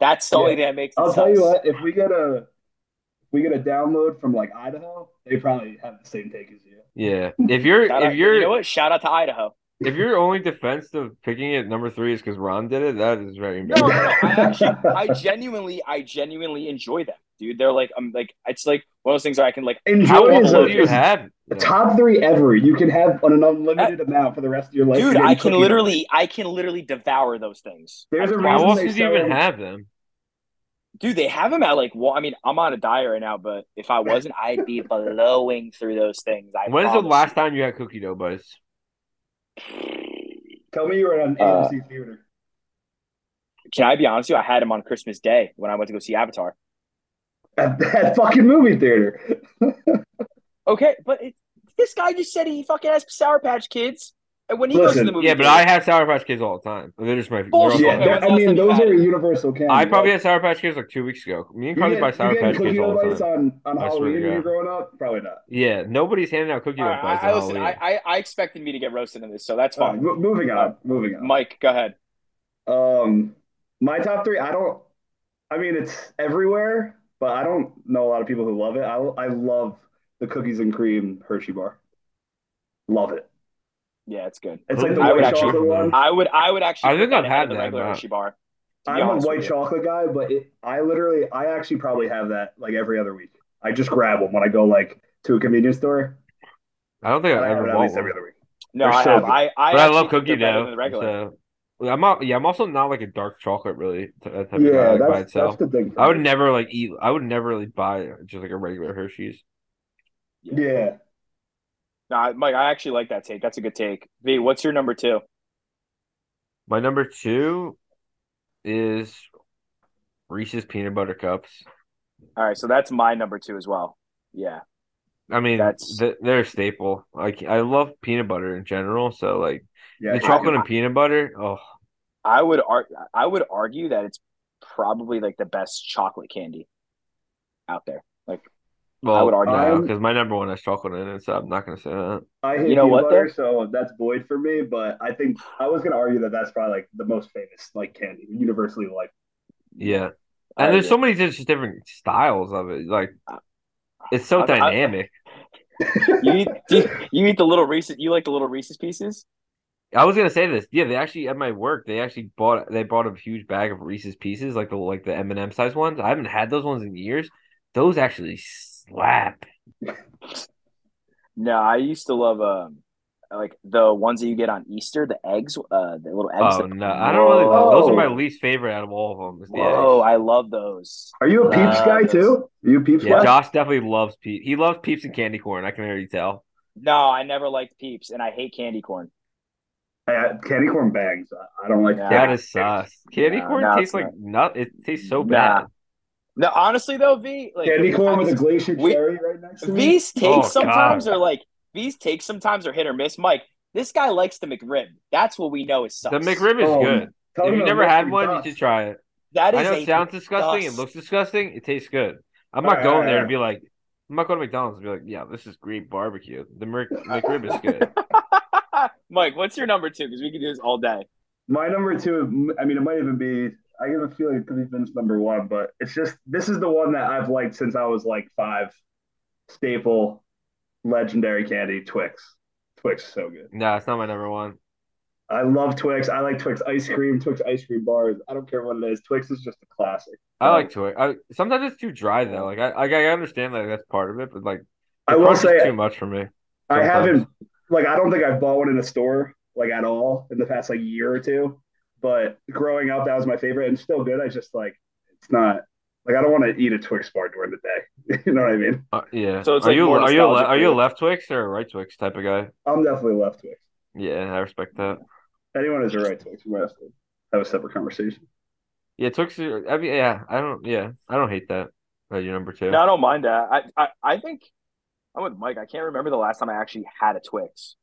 S1: That's the only thing that makes it
S3: I'll
S1: sus.
S3: tell you what. If we get a if we get a download from like Idaho, they probably have the same take as you.
S2: Yeah, if you're
S1: Shout
S2: if
S1: out-
S2: you're
S1: you know what? Shout out to Idaho.
S2: if your only defense to picking it number three is because Ron did it, that is very
S1: No, no,
S2: embarrassing.
S1: no. I actually, I genuinely, I genuinely enjoy them, dude. They're like, I'm like, it's like one of those things where I can like,
S3: Enjoy
S2: How
S1: Joey
S3: is
S2: often
S3: a,
S2: do you
S3: is
S2: have?
S3: a top three ever. You can have on an unlimited amount for the rest of your life.
S1: dude,
S3: You're
S1: I
S3: getting
S1: can
S3: cookie
S1: literally, I can literally devour those things.
S3: There's
S1: I
S3: a
S1: can-
S2: How
S3: reason
S2: often
S3: they
S2: do you even
S3: sell-
S2: have them?
S1: Dude, they have them at like. Well, I mean, I'm on a diet right now, but if I wasn't, I'd be blowing through those things. I
S2: When's the
S1: promise
S2: last
S1: you.
S2: time you had cookie dough bites?
S3: dough. Tell me you were on
S1: Uh,
S3: AMC Theater.
S1: Can I be honest with you? I had them on Christmas Day when I went to go see Avatar.
S3: At that fucking movie theater.
S1: Okay, but it, this guy just said he fucking has Sour Patch Kids, and when he goes to
S3: Listen,
S1: the movie,
S2: Yeah, but
S1: theater-
S2: I have Sour Patch Kids all the time. They're just my. they're all
S1: Bullshit.
S2: my
S3: Yeah,
S1: Okay,
S3: that-
S1: when's
S2: favorite.
S1: the last time
S3: I mean,
S1: you
S3: those
S1: had
S3: are
S1: it?
S3: universal candy.
S2: I probably
S3: right?
S2: had Sour Patch Kids like two weeks ago. Me and
S3: you
S2: Carly
S3: get,
S2: buy
S3: you
S2: Sour
S3: get
S2: Patch
S3: cookie
S2: Kids all
S3: dough
S2: the
S3: bites
S2: time.
S3: on, on
S2: I swear to
S3: Halloween when
S2: God.
S3: you're growing up? Probably not.
S2: Yeah, nobody's handing out cookie
S1: All
S2: dough
S1: right,
S2: bites
S1: I, I
S2: on
S1: listen.
S2: Halloween.
S1: I, I, I expected me to get roasted in this, so that's
S3: All right,
S1: fine.
S3: mo- moving on.
S1: Uh,
S3: moving on.
S1: Mike, go ahead.
S3: Um, my top three. I don't. I mean, it's everywhere, but I don't know a lot of people who love it. I I love the cookies and cream Hershey bar. Love it.
S1: Yeah, it's good.
S3: It's like the
S1: I would
S3: white
S1: actually-
S3: chocolate one.
S1: I would, I would actually.
S2: I think
S1: put
S2: I've
S1: ahead
S2: had
S1: of the
S2: that,
S1: regular
S2: but-
S1: Hershey bar. to be
S3: I'm a
S1: honest
S3: white
S1: with you.
S3: chocolate guy, but it, I literally, I actually probably have that like every other week. I just grab them when I go like to a convenience store.
S2: I don't think
S3: I
S2: I
S3: have
S2: ever
S3: it at
S2: bought
S3: least
S2: one.
S3: every other week.
S1: No,
S3: They're
S1: I
S3: so
S1: have.
S3: good.
S1: I I,
S2: But I,
S1: actually
S2: love
S1: think they're
S2: cookie
S1: better than
S2: dough.
S1: the regular.
S2: so- I'm not, yeah, I'm also not like a dark chocolate really t- that type of guy
S3: Yeah,
S2: like, by
S3: that's that's
S2: itself.
S3: the thing. for
S2: I would
S3: me.
S2: never like eat. I would never really buy just like a regular Hershey's.
S3: Yeah,
S1: No, I- Mike, I actually like that take. That's a good take. V, what's your number two?
S2: My number two is Reese's peanut butter cups.
S1: All right, so that's my number two as well. Yeah,
S2: I mean,
S1: That's-
S2: th- they're a staple. Like I love peanut butter in general. So like
S3: yeah.
S2: the chocolate and peanut butter. Oh,
S1: I would ar- I would argue that it's probably like the best chocolate candy out there.
S2: well,
S1: I would argue-
S2: because my number one has chocolate in it. So I'm not gonna say that.
S3: I hate
S1: You know
S3: peanut
S1: what,
S3: butter,
S1: though?
S3: so that's void for me. But I think I was gonna argue that that's probably like the most famous like candy, universally liked.
S2: Yeah,
S1: I
S2: and there's
S1: agree. Uh,
S2: so many just different styles of it. Like it's so
S1: I- I-
S2: dynamic.
S1: You eat, do you, you eat the little Reese's. You like the little Reese's pieces?
S2: I was gonna say this. Yeah, they actually at my work they actually bought they bought a huge bag of Reese's pieces, like the like the M and M size ones. I haven't had those ones in years. Those actually slap.
S1: No, I used to love um like the ones that you get on Easter, the eggs, uh, the little eggs.
S2: Oh
S1: that-
S2: no, I don't really.
S1: Whoa.
S2: Those are my least favorite out of all of them. is the
S1: Whoa,
S2: eggs.
S1: I love those.
S3: Are you a Peeps
S1: Uh,
S3: guy
S1: that's-
S3: too? Are you a Peeps
S2: yeah,
S3: guy?
S2: Josh definitely loves peeps. He loves peeps and candy corn. I can already tell.
S1: No, I never liked Peeps, and I hate candy corn.
S3: Uh, candy corn bangs. I, I don't like
S1: Yeah.
S2: that
S3: candy
S2: is
S3: corn bangs.
S2: sus. Candy
S1: Nah,
S2: corn
S1: nah,
S2: tastes
S1: it's
S2: like nut. It tastes so
S1: Nah.
S2: bad.
S1: No, honestly though, V, like
S3: Candy corn with a glacier
S1: We-
S3: cherry right next to me.
S1: These takes
S2: Oh,
S1: sometimes
S2: God.
S1: are like these takes sometimes are hit or miss. Mike, this guy likes the McRib. That's what we know is sus.
S2: The McRib is
S3: Oh,
S2: good.
S3: Tell
S2: if
S3: me
S2: you
S3: about
S2: never had
S3: mystery
S2: one,
S3: box.
S2: you should try it.
S1: That
S2: I
S1: is
S2: know it
S1: a-
S2: sounds disgusting.
S1: dust.
S2: It looks disgusting. It tastes good. I'm
S3: All
S2: not
S3: right, all
S2: going
S3: right,
S2: there
S3: all
S2: to be like, I'm not going to McDonald's and be like, yeah, this is great barbecue. The Mc- McRib is good.
S1: Mike, what's your number two? Because we could do this all day.
S3: My number two, I mean, it might even be, I have a feeling it could have been number one, but it's just, this is the one that I've liked since I was like five. Staple, legendary candy, Twix. Twix, is so good.
S2: no, it's not my number one.
S3: I love Twix. I like Twix ice cream, Twix ice cream bars. I don't care what it is. Twix is just a classic.
S2: I like Twix. I, sometimes it's too dry though. Like I, like I understand that that's part of it, but like
S3: I
S2: the
S3: will
S2: crunch is
S3: say,
S2: too much for me.
S3: I
S2: sometimes.
S3: haven't, like, I don't think I've bought one in a store, like, at all in the past, like, year or two. But growing up, that was my favorite and still good. I just, like, it's not, like, I don't want to eat a Twix bar during the day. you know what I mean?
S2: Uh, yeah.
S1: So it's
S2: are
S1: like
S2: you
S1: more
S2: are you a le-
S1: nostalgic
S2: are
S1: for
S2: you a
S1: you.
S2: left Twix or a right Twix type of guy?
S3: I'm definitely left Twix.
S2: Yeah, I respect that.
S3: Anyone is a right Twix. We might have to have a separate conversation.
S2: Yeah, Twix. Are, I mean, yeah, I don't. Yeah, I don't hate that. Uh, your number two.
S1: No, I don't mind that. I, I, I think I'm with Mike. I can't remember the last time I actually had a Twix.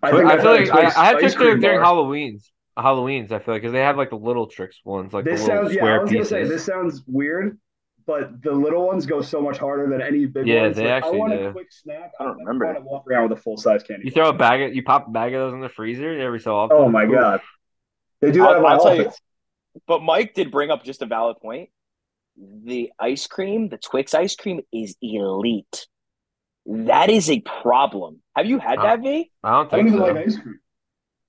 S2: I, I
S3: I've
S2: feel
S3: had a
S2: like I, I had
S3: ice
S2: Twix
S3: cream
S2: during, during
S3: bar.
S2: Halloween's. Halloween's, I feel like, because they have like the little tricks ones, like
S3: This
S2: the little
S3: sounds, yeah, I
S2: square
S3: was gonna
S2: pieces.
S3: say this sounds weird, but the little ones go so much harder than any big
S2: Yeah,
S3: ones.
S2: they
S3: Like, I
S2: actually
S3: want
S2: do.
S3: a quick snack.
S1: I don't
S3: never
S1: remember.
S3: want to walk around with a full size candy.
S2: You
S3: bar.
S2: throw a bag, of, you pop a bag of those in the freezer every so often.
S3: Oh my
S2: Oof.
S3: god, they do that
S1: I'll-
S3: at my
S1: I'll tell you-
S3: office.
S1: But Mike did bring up just a valid point. The ice cream, the Twix ice cream, is elite. That is a problem. Have you had
S2: Uh,
S1: that, V?
S2: I don't
S3: I don't
S2: think
S3: even
S2: so.
S3: like ice cream.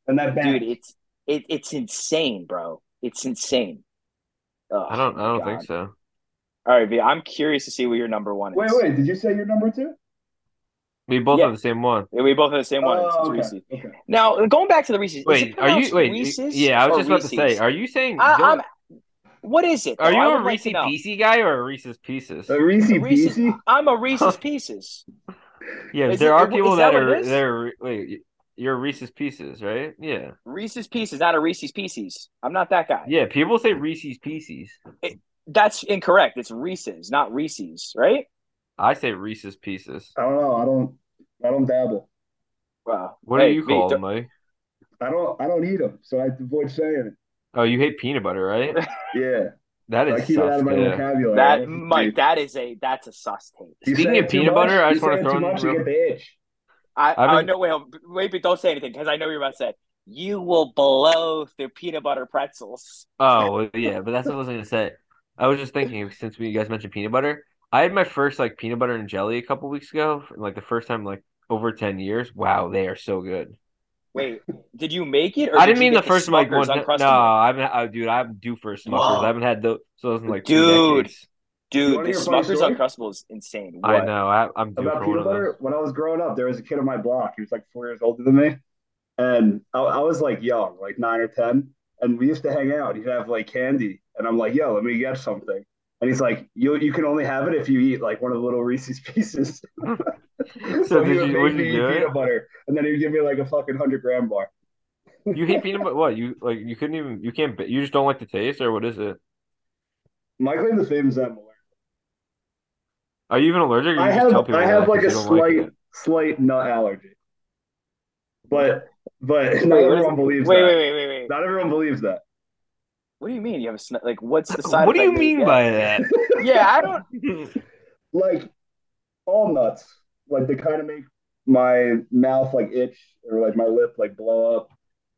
S3: And that bag.
S1: dude it's it, it's insane bro it's insane
S2: I don't. I don't think so.
S1: all right v i'm curious to see what your number one is
S3: Wait, wait, did you say your number two?
S2: We both
S1: Yeah.
S2: have the same one.
S1: Yeah, we both have the same one it's,
S3: Oh,
S1: it's
S3: okay,
S1: Reese's.
S3: okay.
S1: now going back to the Reese's is it
S2: Wait, are
S1: pronounced
S2: you? Wait,
S1: Reese's
S2: yeah. I was
S1: or
S2: just about to say.
S1: Reese's?
S2: Are you saying? you're-
S1: I, am what is it
S2: are
S1: though?
S2: you
S1: I
S2: a
S1: would like
S2: Reese
S1: to know.
S2: Piecey guy or a Reese's Pieces?
S3: The Uh, Reese
S1: Reese's-
S3: Reese's.
S1: i'm a Reese's Pieces
S2: Yeah,
S1: Is
S2: there
S1: it-
S2: are
S1: is
S2: people
S1: that
S2: that,
S1: what it
S2: are
S1: is?
S2: there. Wait, you're Reese's Pieces, right? Yeah,
S1: Reese's Pieces not a Reese's Pieces I'm not that guy
S2: yeah. People say Reese's Pieces.
S1: that's incorrect it's Reese's not Reese's right
S2: I say Reese's Pieces.
S3: I don't know. I don't. I don't dabble.
S1: wow
S2: What
S1: Hey,
S2: do you
S1: V,
S2: call
S1: don't-
S2: them, Mike?
S3: I don't. I don't eat them, so I avoid saying
S2: Oh, you hate peanut butter, right?
S3: it. Yeah,
S2: That
S3: so I
S2: is
S3: keep it out
S2: sus.
S3: of my
S2: yeah.
S3: vocabulary. I
S1: that
S3: don't eat
S1: Mike,
S3: it.
S1: that is a that's a sus take.
S3: You
S2: Speaking
S3: say
S2: of
S3: it too
S2: peanut
S3: much,
S2: butter, I
S3: you
S2: just wanna
S3: say it
S2: throw in
S3: too much.
S2: real-
S3: You get the itch.
S1: I,
S2: I've
S1: I
S2: been-
S1: no wait, wait, but don't say anything because I know what you're about to say. You will blow through peanut butter pretzels.
S2: Oh, well, yeah, but that's what I was gonna say. I was just thinking since we you guys mentioned peanut butter, I had my first like peanut butter and jelly a couple weeks ago, and, like the first time like over ten years. Wow, they are so good.
S1: Wait, did you make it?
S2: I didn't mean the first
S1: mic
S2: Mike one. No, I haven't. I, dude, I'm due for Smuckers.
S1: Whoa.
S2: I haven't had those. So those in like two
S1: Dude.
S2: decades.
S3: You
S1: Dude,
S3: wanna
S1: the
S3: hear a funny
S1: Smuckers
S3: story?
S1: Uncrustable is insane.
S2: I
S1: What?
S2: know. I, I'm due
S3: about
S2: for one
S3: peanut
S2: of those.
S3: butter. When I was growing up, there was a kid on my block. He was like four years older than me, and I, I was like young, like nine or ten. And we used to hang out. He'd have like candy, and I'm like, "Yo, let me get something." And he's like, "You you can only have it if you eat like one of the little Reese's pieces."
S2: So
S3: he
S2: did you-
S3: would make
S2: would
S3: me
S2: you
S3: eat
S2: do it?
S3: peanut butter, and then he'd give me like a fucking hundred gram bar.
S2: You hate peanut butter? What you like? You couldn't even. You can't. You just don't like the taste, or what is it?
S3: My claim to fame is that I'm allergic.
S2: Are you even allergic? Or you
S3: I
S2: just tell
S3: have
S2: people
S3: I
S2: you're
S3: have like a
S2: allergic 'cause you don't
S3: slight
S2: it?
S3: slight nut allergy, but but not
S1: what is-
S3: everyone believes
S1: Wait,
S3: that.
S1: wait, wait, wait, wait.
S3: Not everyone believes that.
S1: What do you mean? You have a sn- like? What's the side?
S2: What do you
S1: effect that
S2: mean
S1: get?
S2: by that?
S1: Yeah, I don't.
S3: like all nuts. Like they kind of make my mouth like itch or like my lip like blow up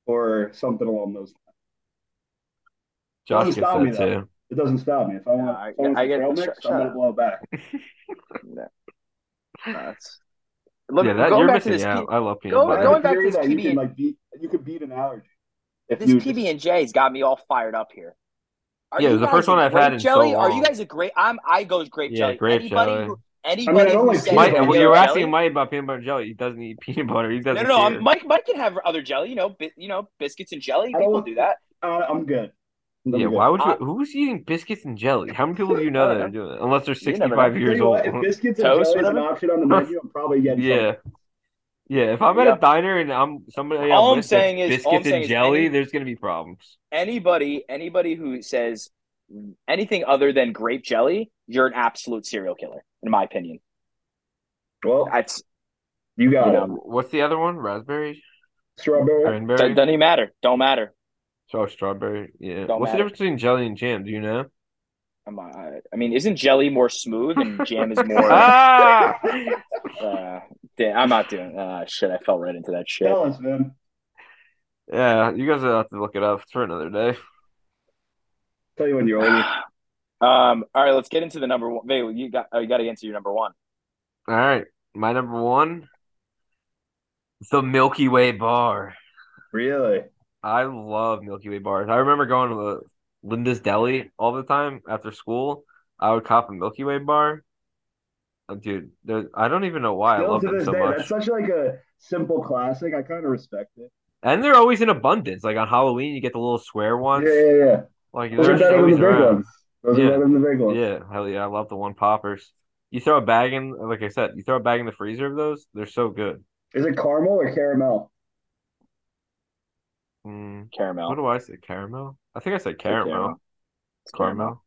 S3: or something along those lines.
S2: Josh
S3: Don't
S2: gets
S3: stop me,
S2: that
S3: though.
S2: too.
S3: It doesn't stop me. If I
S1: Yeah, I-
S3: want someone
S1: I
S3: to
S1: get-
S3: trail
S1: sh-
S3: mix,
S1: shut
S3: I'm gonna
S1: up.
S3: blow it back.
S1: No. No, that's- Look,
S2: yeah, that,
S1: going
S2: you're
S1: back to
S2: missing
S1: this,
S2: out.
S1: P-
S2: I love peanut
S1: Go-
S3: I
S2: butter.
S3: have
S1: going
S3: a
S1: back to
S3: theory
S1: this
S3: that you
S1: PB
S3: can like beat you can beat an allergy if
S1: this
S3: you just-
S1: PB and J's got me all fired up here. Are
S2: Yeah,
S1: you
S2: it was the
S1: guys
S2: first
S1: a
S2: one I've
S1: grape
S2: had in so
S1: jelly? Are you
S2: long.
S1: guys a grape? I'm. I go grape
S2: Yeah,
S1: jelly.
S2: grape
S1: anybody
S2: jelly.
S1: Who, anybody
S3: I don't
S1: who
S3: like
S1: says
S3: peanut
S2: Mike,
S1: they
S2: uh,
S3: butter.
S1: don't
S2: well,
S1: like
S2: you were
S1: jelly-
S2: asking Mike about peanut butter and jelly. He doesn't eat peanut butter. He
S1: No,
S2: doesn't.
S1: no, no.
S2: care.
S1: I'm, Mike, Mike can have other jelly. You know, bi- you know, biscuits and jelly.
S3: I
S1: People
S3: don't-
S1: do that.
S3: uh, I'm good. I'm
S2: Yeah,
S3: good.
S2: why would you?
S1: I-
S2: who's eating biscuits and jelly? How many people do you
S1: I
S2: know that
S1: don't
S2: are doing it? Unless they're
S1: You never know.
S2: sixty-five
S3: Tell
S2: years
S3: Uh, you
S2: old.
S3: what, if biscuits
S1: Toast,
S3: and jelly is an
S1: whatever?
S3: option on the menu, I'm probably getting
S2: Yeah, yeah. If I'm at
S1: Yeah.
S2: a diner and I'm somebody,
S1: All
S2: on
S1: I'm
S2: list that's
S1: saying is- all I'm
S2: biscuits
S1: saying
S2: and
S1: is
S2: jelly.
S1: any-
S2: There's gonna be problems.
S1: Anybody, anybody who says anything other than grape jelly, you're an absolute serial killer, in my opinion.
S3: something. Well,
S1: That's
S3: you got
S1: you
S3: it.
S1: know,
S2: What's the other one? Raspberry,
S3: Strawberry.
S2: cranberry,
S1: doesn't even matter. Don't matter.
S2: oh, strawberry. Yeah.
S1: Don't
S2: What's
S1: matter.
S2: the difference between jelly and jam? Do you know?
S1: I'm, uh, I mean, isn't jelly more smooth and jam is more? uh,
S2: ah!
S1: damn, I'm not doing. Uh, shit, I fell right into that shit.
S3: Balance, man.
S2: Yeah, you guys will have to look it up It's for another day.
S3: Tell you when you're older.
S1: um. All right, let's get into the number one. Wait, you got. Oh, you got to get into your number one.
S2: All right, my number one, the Milky Way bar.
S3: Really?
S2: I love Milky Way bars. I remember going to the Linda's Deli all the time after school. I would cop a Milky Way bar. Uh, Dude, there- I don't even know why I
S3: Still
S2: love
S3: to
S2: them
S3: this
S2: so
S3: day,
S2: much.
S3: that's such like a simple classic. I kind of respect it.
S2: And they're always in abundance. Like on Halloween, you get the little square ones.
S3: Yeah, yeah, yeah.
S2: Like
S3: Those
S2: they're
S3: are
S2: just
S3: better than the
S2: always
S3: big
S2: around.
S3: ones. Those
S2: Yeah.
S3: are better than the big ones.
S2: Yeah, hell yeah, I love the one poppers. You throw a bag in, like I said, you throw a bag in the freezer of those. They're so good.
S3: Is it caramel or caramel?
S2: Mm,
S1: Caramel.
S2: what do I say? Caramel? I think I said
S1: Oh.
S2: caramel.
S1: caramel. It's caramel.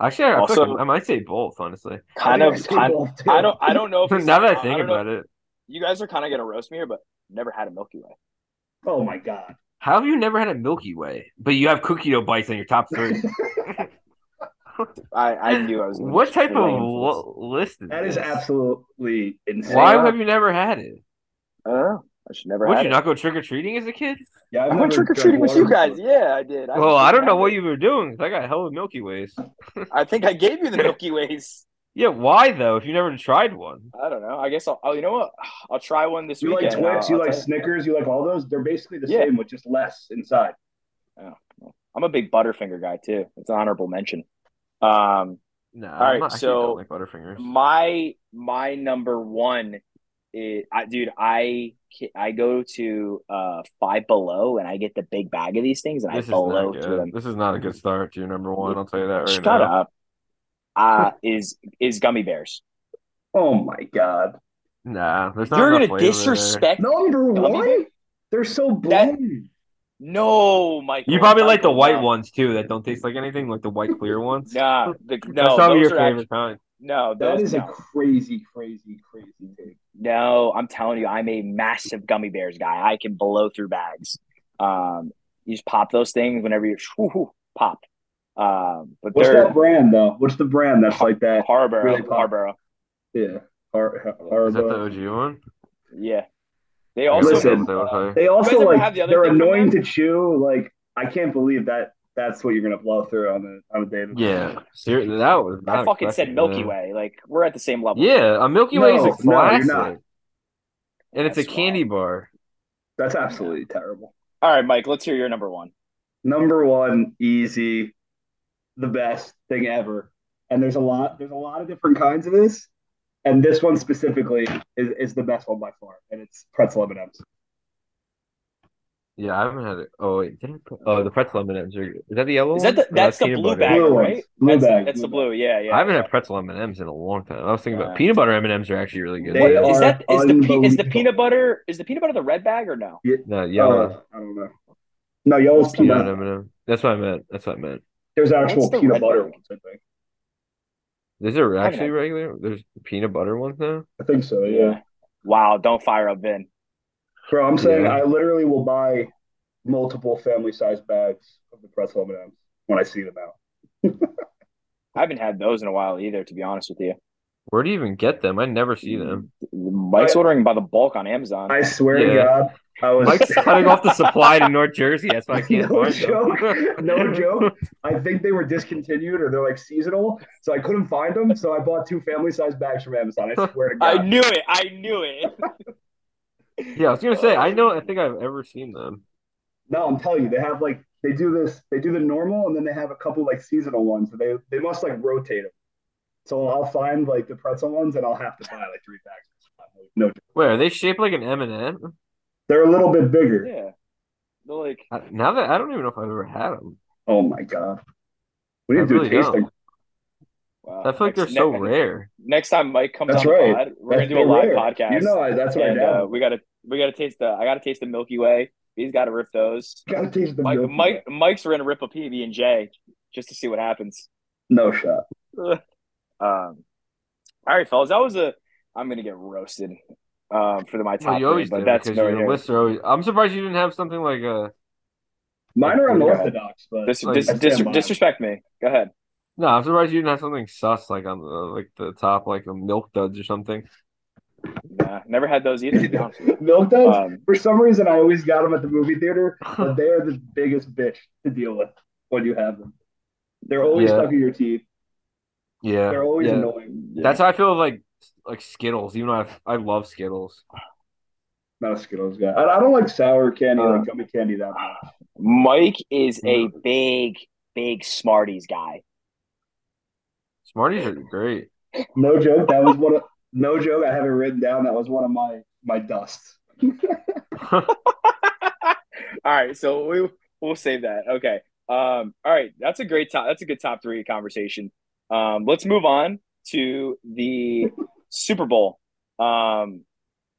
S2: Actually, I, feel like
S1: Also-
S2: I might say both. Honestly,
S1: Kind
S3: I think I
S1: of.
S3: see
S1: Kind,
S3: both, too.
S1: I don't. I don't know if it's
S2: now that I
S1: I
S2: think
S1: don't know-
S2: about it,
S1: you guys are kind of gonna roast me here, but never had a Milky Way.
S3: Oh my God.
S2: How have you never had a Milky Way, but you have cookie dough bites on your top three?
S1: I, I knew I was. gonna
S2: what type of
S1: really influence.
S2: lo- list is
S3: That is
S2: this?
S3: absolutely insane.
S2: Why
S1: uh,
S2: have you never had it?
S1: I don't know. I should never
S2: Would
S1: had
S2: you
S1: it.
S2: not go trick or treating as a kid?
S3: Yeah, I've
S1: I
S3: never
S1: went trick or
S3: drank
S1: treating with
S3: water
S1: you guys.
S3: before.
S1: Yeah, I did. I just
S2: Well, I don't
S1: didn't
S2: know
S1: have
S2: what
S1: it.
S2: you were doing. 'cause I got hella Milky Ways.
S1: I think I gave you the Milky Ways.
S2: Yeah, why though? If you never tried one,
S1: I don't know. I guess I'll. Oh, you know what? I'll try one this
S3: You
S1: weekend.
S3: like Twix,
S1: I'll-
S3: you
S1: I'll
S3: like
S1: tell
S3: Snickers, you like all those? They're basically the
S1: Yeah.
S3: same with just less inside.
S1: I'm a big Butterfinger guy too. It's an honorable mention. Um,
S2: no.
S1: All right, so-
S2: I actually don't like Butterfingers.
S1: my my number one is, I, dude. I ca- I go to uh Five Below and I get the big bag of these things and I
S2: This is
S1: below
S2: not
S1: through them.
S2: good. This is not a good start to your number one. I'll tell you that right
S1: Shut
S2: now.
S1: up. Uh, is is gummy bears?
S3: Oh my God.
S2: Nah, there's not
S1: You're
S2: enough
S1: gonna
S2: flavor there.
S1: disrespect?
S3: Number
S1: Gummy
S3: one? They're so
S1: That-
S3: bland.
S1: No, Michael.
S2: You probably like the
S1: Michael,
S2: white
S1: no.
S2: ones too that don't taste like anything, like the white clear ones.
S1: Nah, the, no,
S2: That's probably
S1: those
S2: your
S1: are
S2: favorite
S1: actu-
S2: kind.
S1: no,
S3: That
S1: those-
S3: is a
S1: no.
S3: crazy, crazy, crazy take.
S1: No, I'm telling you, I'm a massive gummy bears guy. I can blow through bags. Um, you just pop those things whenever you whew, pop. Um, but
S3: What's
S1: they're
S3: that brand though? What's the brand that's like that?
S1: Harborough,
S3: Really pop.
S1: Harborough.
S3: Yeah, Har-
S2: Is that the
S3: Haribo.
S2: OG one?
S1: Yeah, they also
S3: Listen,
S2: That was like-
S3: They
S1: You
S3: also
S1: guys ever
S3: like
S1: have the other
S3: they're
S1: thing from
S3: annoying
S1: them?
S3: to chew. Like I can't believe that that's what you're gonna blow through on the on a day.
S2: yeah, seriously, that was.
S1: I
S2: not
S1: fucking said
S2: expecting
S1: Milky
S2: that.
S1: Way. Like we're at the same level.
S2: Yeah, a Milky Way is a
S3: No, no, you're
S2: classic,
S3: not.
S2: and it's a
S1: That's
S2: candy bar.
S3: That's absolutely terrible.
S1: All right, Mike, let's hear your number one.
S3: Number one, easy, the best thing ever. And there's a lot. There's a lot of different kinds of this, and this one specifically is, is the best one by far. And it's pretzel M and M's.
S2: Yeah, I haven't had it. Oh wait, didn't I put, oh the pretzel M and M's are is that the yellow?
S1: Is that the,
S2: one? Or
S1: that's the
S2: peanut
S1: blue
S2: butter?
S1: bag,
S3: Blue ones.
S1: right?
S3: Blue
S1: that's,
S3: bag,
S1: That's
S3: blue
S1: the blue. Yeah, yeah.
S2: I haven't
S1: yeah.
S2: had pretzel M and M's in a long time. I was thinking
S1: Uh,
S2: about peanut butter M and M's are actually really good.
S3: They
S2: Like,
S1: Is
S3: are
S1: that is the pe- is the
S3: unbelievable.
S1: peanut butter is the peanut butter the red bag or no?
S2: no yellow
S3: Uh, I don't know. No, yellow's
S1: What's the
S3: peanut.
S2: peanut M and M. That's what I meant. That's what I meant.
S3: There's actual
S1: What's the
S3: peanut
S1: red
S3: butter
S1: one?
S3: ones, I think.
S2: Is there
S1: haven't
S2: actually
S1: had-
S2: regular? There's peanut butter ones now.
S3: I think so, yeah.
S1: Wow, don't fire up Vin.
S3: Bro, I'm saying
S2: Yeah.
S3: I literally will buy multiple family size bags of the pretzel M&Ms when I see them out.
S1: I haven't had those in a while either, to be honest with you.
S2: Where do you even get them? I never see them.
S1: Mike's
S3: I-
S1: ordering by the bulk on Amazon.
S3: I swear to
S2: Yeah.
S3: God, I
S1: Mm.
S3: was.
S2: Mike's cutting off the supply to North Jersey. That's why I can't
S3: No
S2: find
S3: joke.
S2: them.
S3: No joke. I think they were discontinued or they're like seasonal, so I couldn't find them. So I bought two family size bags from Amazon. I swear to
S1: I
S3: God,
S1: knew it. I knew it.
S2: Yeah, I was gonna say. I know. I think I've ever seen them.
S3: no, I'm telling you, they have like they do this. They do the normal, and then they have a couple like seasonal ones. So they they must like rotate them. So I'll find like the pretzel ones, and I'll have to buy like three packs. No, joke.
S2: Wait, are they shaped like an M and M?
S3: they're a little bit bigger.
S1: Yeah. They're like
S2: Now that I don't even know if I've ever had them.
S3: Oh my God, we
S2: I
S3: need to do a
S2: really don't.
S3: tasting.
S1: wow.
S2: I feel like they're
S1: Next-
S2: so
S1: ne-
S2: rare.
S1: Next time Mike comes
S3: That's
S1: on the
S3: right.
S1: pod, we're gonna
S3: That's-
S1: do a
S3: they're
S1: live
S3: rare.
S1: podcast.
S3: You know, I- that's what I
S1: and uh,
S3: know.
S1: we gotta we gotta taste the I gotta taste the Milky Way. He's gotta rip those.
S3: Gotta taste the
S1: Mike,
S3: milk.
S1: Mike Mike's gonna rip a PB and J just to see what happens.
S3: No shot.
S1: Um, all right, fellas, that was a. I'm gonna get roasted um, for the, my
S2: Well,
S1: top three,
S2: you always
S1: but
S2: do
S1: that's
S2: because
S1: no
S2: your
S1: here.
S2: lists are always. I'm surprised you didn't have something like uh, a.
S3: Mine are
S2: Yeah.
S3: unorthodox, but
S1: Dis-
S2: like-
S1: dis-
S3: I stand
S1: dis-
S3: by it.
S1: disrespect me. Go ahead.
S2: No, I'm surprised you didn't have something sus like on the like the top like a milk duds or something.
S1: Nah, never had those either. to be honest with you.
S3: milk duds.
S1: Um,
S3: for some reason, I always got them at the movie theater, but they are the biggest bitch to deal with when you have them. They're always
S2: Yeah.
S3: stuck in your teeth.
S2: Yeah,
S3: They're always
S2: yeah.
S3: annoying.
S2: That's how I feel like like Skittles. Even though I I love Skittles.
S3: Not a Skittles guy. I, I don't like sour candy,
S1: Uh,
S3: like gummy candy that much.
S1: Mike is a
S2: Yeah.
S1: big, big Smarties guy.
S2: Smarties are great.
S3: No joke. That was one. Of, no joke. I have it written down. That was one of my my dusts.
S1: All right, so we we'll save that. Okay. Um. All right, that's a great top. That's a good top three conversation. Um. Let's move on to the Super Bowl. Um.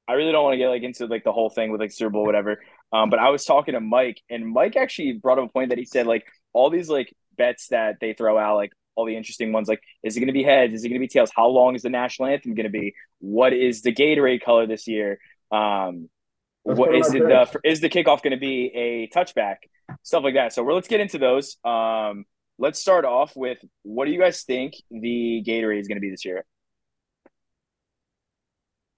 S1: I really don't want to get like into like the whole thing with like Super Bowl whatever. Um. But I was talking to Mike, and Mike actually brought up a point that he said like all these like bets that they throw out like. All the interesting ones, like is it going to be heads? Is it going to be tails? How long is the national anthem going to be? What is the Gatorade color this year? Um,
S3: Let's
S1: what
S3: put it
S1: is
S3: on
S1: it?
S3: our
S1: Uh,
S3: bench.
S1: is the kickoff going to be a touchback? Stuff like that. So we're, let's get into those. Um, let's start off with what do you guys think the Gatorade is going to be this year?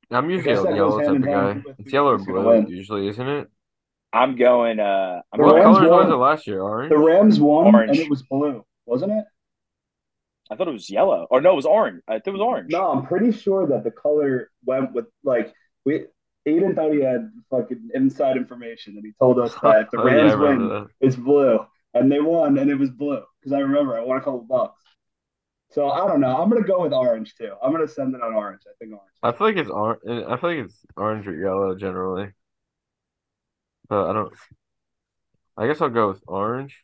S2: I'm usually
S3: guess
S2: a
S3: that
S2: yellow
S3: goes hand
S2: type
S3: in
S2: of
S3: hand
S2: guy.
S3: with
S2: It's yellow or
S3: who's gonna
S2: blue
S3: win.
S2: usually, isn't it?
S1: I'm going. Uh, I'm
S3: The
S2: What
S1: going
S3: Rams
S2: colors was
S3: won.
S2: it last year? Orange.
S3: The Rams won,
S1: Orange.
S3: and it was blue, wasn't it?
S1: I thought it was yellow, or no, it was orange. I thought it was orange.
S3: No, I'm pretty sure that the color went with like we. Aiden thought he had fucking inside information, and he told us that if the
S2: Oh, yeah, I
S3: Rams
S2: remember
S3: win,
S2: that.
S3: it's blue, and they won, and it was blue because I remember I won a couple bucks. So I don't know. I'm gonna go with orange too. I'm gonna send it on orange. I think orange.
S2: I feel like it's orange. I feel like it's orange or yellow generally, but I don't. I guess I'll go with orange.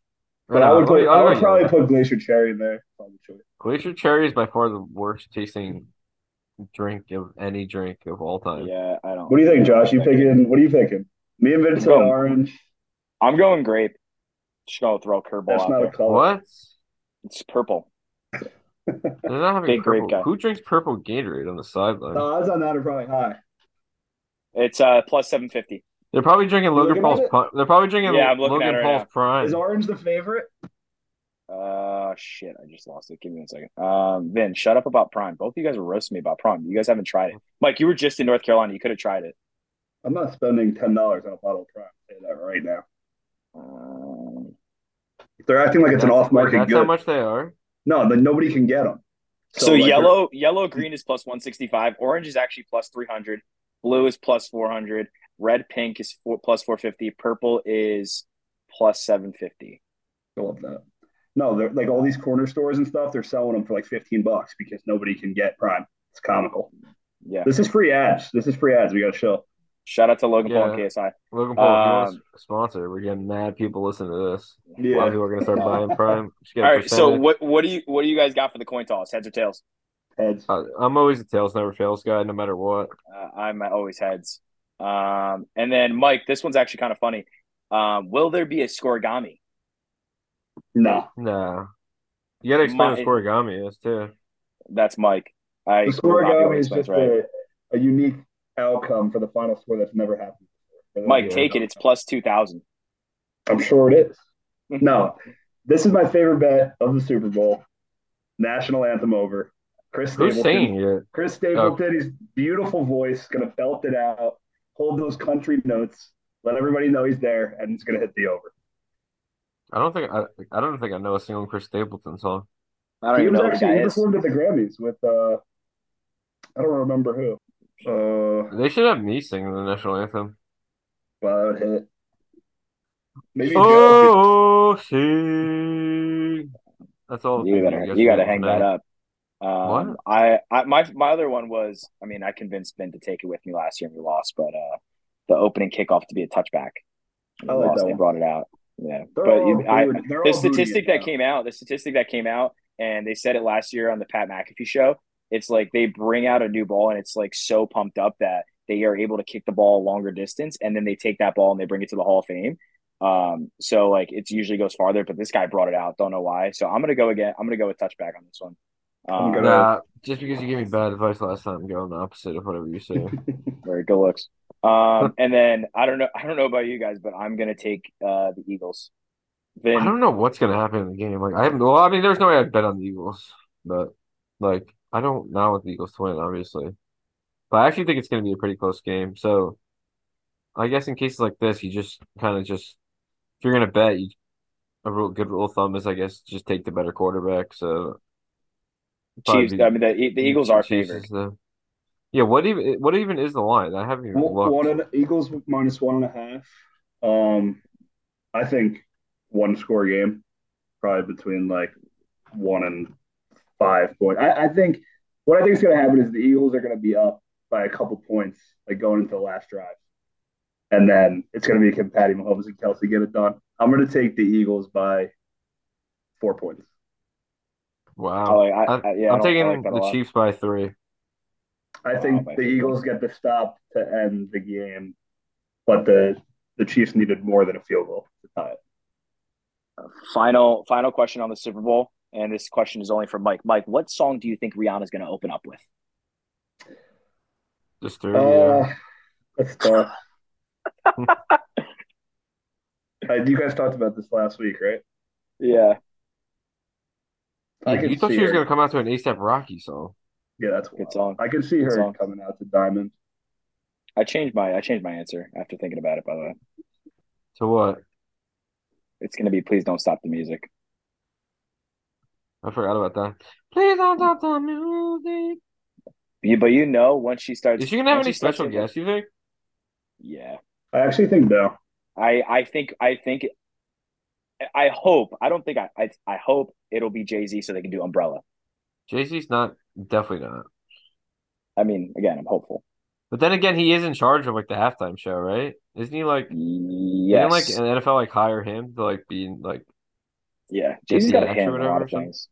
S3: But I would
S2: I'll
S3: put,
S2: go-
S3: I
S2: I'll
S3: would
S2: go
S3: probably
S2: yellow.
S3: put glacier cherry in there. Probably true.
S2: Glacier cherry is by far the worst tasting drink of any drink of all time.
S1: Yeah, I don't.
S3: What do you think, Josh? You picking? What are you picking? Me and Vince said
S1: Go.
S3: orange.
S1: I'm going grape. Just gonna throw a curveball
S3: That's
S1: out
S3: not
S1: there.
S3: a color.
S2: What?
S1: It's purple.
S2: They're not having
S1: Big grape
S2: purple.
S1: guy.
S2: Who drinks purple Gatorade on the sideline?
S3: The odds on that are probably high.
S1: It's uh plus seven fifty.
S2: They're probably drinking Logan
S3: looking at
S2: Paul's.
S3: it?
S2: Pu- they're probably drinking
S1: Yeah, I'm looking
S2: Logan
S1: at it right
S2: Paul's
S1: now.
S2: prime.
S3: Is orange the favorite?
S1: Uh shit, I just lost it. Give me one second. Um, Vin, shut up about Prime. Both of you guys were roasting me about Prime. You guys haven't tried it. Mike, you were just in North Carolina. You could have tried it.
S3: I'm not spending ten dollars on a bottle of prime. Say that right now.
S1: Um,
S3: They're acting like it's an
S2: That's-
S3: off-market
S2: That's
S3: good.
S2: how much they are.
S3: No, then nobody can get them.
S1: so
S3: like,
S1: yellow, yellow, green is plus one sixty five. Orange is actually plus three hundred. Blue is plus four hundred. Red pink is four, plus four fifty. Purple is plus seven fifty.
S3: I love that. No, they're like all these corner stores and stuff. They're selling them for like fifteen bucks because nobody can get Prime. It's comical.
S1: Yeah.
S3: This is free ads. This is free ads. We got to show.
S1: Shout out to Logan Paul and
S2: Yeah.
S1: KSI.
S2: Logan Paul, if you want
S1: Um,
S2: us to sponsor. We're getting mad people listening to this. A lot
S3: Yeah.
S2: of people are gonna start buying Prime. Just get a
S1: All right. So
S2: percentage.
S1: what what do you what do you guys got for the coin toss? Heads or tails?
S3: Heads.
S2: Uh, I'm always a tails never fails guy, no matter what.
S1: Uh, I'm always heads. Um, and then Mike, this one's actually kind of funny. Um, will there be a scorigami?
S3: No.
S2: Nah, you gotta
S1: My-
S2: explain what scorigami is too.
S1: That's Mike. I
S3: The
S1: Scorigami
S3: scoregami is
S1: explains,
S3: just a, a unique outcome for the final score that's never happened before.
S1: Mike,
S2: Yeah.
S1: take it. It's plus two thousand.
S3: I'm sure it is. No, this is my favorite bet of the Super Bowl. National anthem over. Chris
S2: Who's
S3: Stapleton.
S2: saying it?
S3: Chris Stapleton, his beautiful voice, gonna belt it out, hold those country notes, let everybody know he's there, and it's gonna hit the over.
S2: I don't think I. I don't think I know a single Chris Stapleton song.
S1: I don't
S3: He
S1: even
S3: was
S1: know who the
S3: actually
S1: guy
S3: he
S1: is.
S3: performed at the Grammys with uh, I don't remember who. Uh,
S2: They should have me singing the national anthem.
S3: well, that would hit. Maybe Joe. could-
S2: Oh, she. That's all. the
S1: You
S2: things
S1: gotta
S2: Oh, guys
S1: you gotta
S2: did
S1: hang
S2: tonight.
S1: that up. Um, I, I my my other one was I mean I convinced Ben to take it with me last year and we lost, but uh, the opening kickoff to be a touchback. We
S3: I like
S1: lost,
S3: that
S1: they
S3: one.
S1: brought it out. Yeah,
S3: They're
S1: but
S3: all
S1: you, I,
S3: booed- they're all
S1: the
S3: booed
S1: statistic
S3: again
S1: that
S3: now.
S1: came out, the statistic that came out, and they said it last year on the Pat McAfee show. It's like they bring out a new ball, and it's like so pumped up that they are able to kick the ball a longer distance, and then they take that ball and they bring it to the Hall of Fame. Um, so like it's usually goes farther, but this guy brought it out. Don't know why. So I'm gonna go again. I'm gonna go with touchback on this one.
S3: I'm
S1: Um,
S3: gonna-
S2: Nah, just because you gave me bad advice last time, go on the opposite of whatever you say.
S1: Very good looks. Um, and then I don't know. I don't know about you guys, but I'm gonna take uh the Eagles. Vin,
S2: I don't know what's gonna happen in the game. Like I haven't. Well, I mean, there's no way I'd bet on the Eagles, but like I don't know if the Eagles to win, obviously. But I actually think it's gonna be a pretty close game. So I guess in cases like this, you just kind of just if you're gonna bet, you, a real good rule of thumb is I guess just take the better quarterback. So probably
S1: Chiefs.
S2: be-
S1: I mean, the, the Eagles are
S2: Chiefs
S1: favored.
S2: is the- yeah, what even what even is the line? I haven't even
S3: One
S2: looked.
S3: one and Eagles minus one and a half. Um, I think one score game, probably between like one and five point. I, I think what I think is going to happen is the Eagles are going to be up by a couple points, like going into the last drive, and then it's going to be can Patty Mahomes and Kelsey get it done. I'm going to take the Eagles by four points.
S1: I
S2: Wow,
S1: like, I, I, Oh, yeah, I don't-
S2: I'm
S1: I
S2: taking
S1: like that a
S2: the
S1: lot.
S2: Chiefs by three.
S3: I
S1: Wow,
S3: think
S1: my
S3: the
S1: favorite.
S3: Eagles get the stop to end the game, but the the Chiefs needed more than a field goal to tie it.
S1: Final final question on the Super Bowl, and this question is only for Mike. Mike, what song do you think Rihanna's going to open up with?
S2: Disturbed. yeah.
S3: Uh, that's tough. Uh, you guys talked about this last week, right?
S1: Yeah,
S3: I
S2: Yeah,
S3: can
S2: you thought
S3: see
S2: she was
S3: her.
S2: gonna come out to an ASAP Rocky song.
S3: Yeah, that's
S1: good
S3: wild.
S1: song.
S3: I can see
S1: Good
S3: her
S1: song.
S3: coming out to Diamond.
S1: I changed my I changed my answer after thinking about it. By the way,
S2: To what?
S1: it's going to be "Please Don't Stop the Music."
S2: I forgot about that. Please don't stop the music.
S1: You, but you know, once she starts,
S2: Is she gonna have
S1: once
S2: any
S1: she starts
S2: special
S1: singing-
S2: guests? You think?
S1: Yeah,
S3: I actually think no.
S1: I I think I think I- I hope I don't think I I, I hope it'll be Jay Z so they can do Umbrella.
S2: Jay Z's not definitely not.
S1: I mean, again, I'm hopeful.
S2: But then again, he is in charge of like the halftime show, right? Isn't he like?
S1: Yes,
S2: Didn't like uh, an NFL like hire him to like be like?
S1: yeah, Jay Z's got a
S2: DX or
S1: handle on a lot
S2: whatever
S1: of
S2: or something?
S1: things.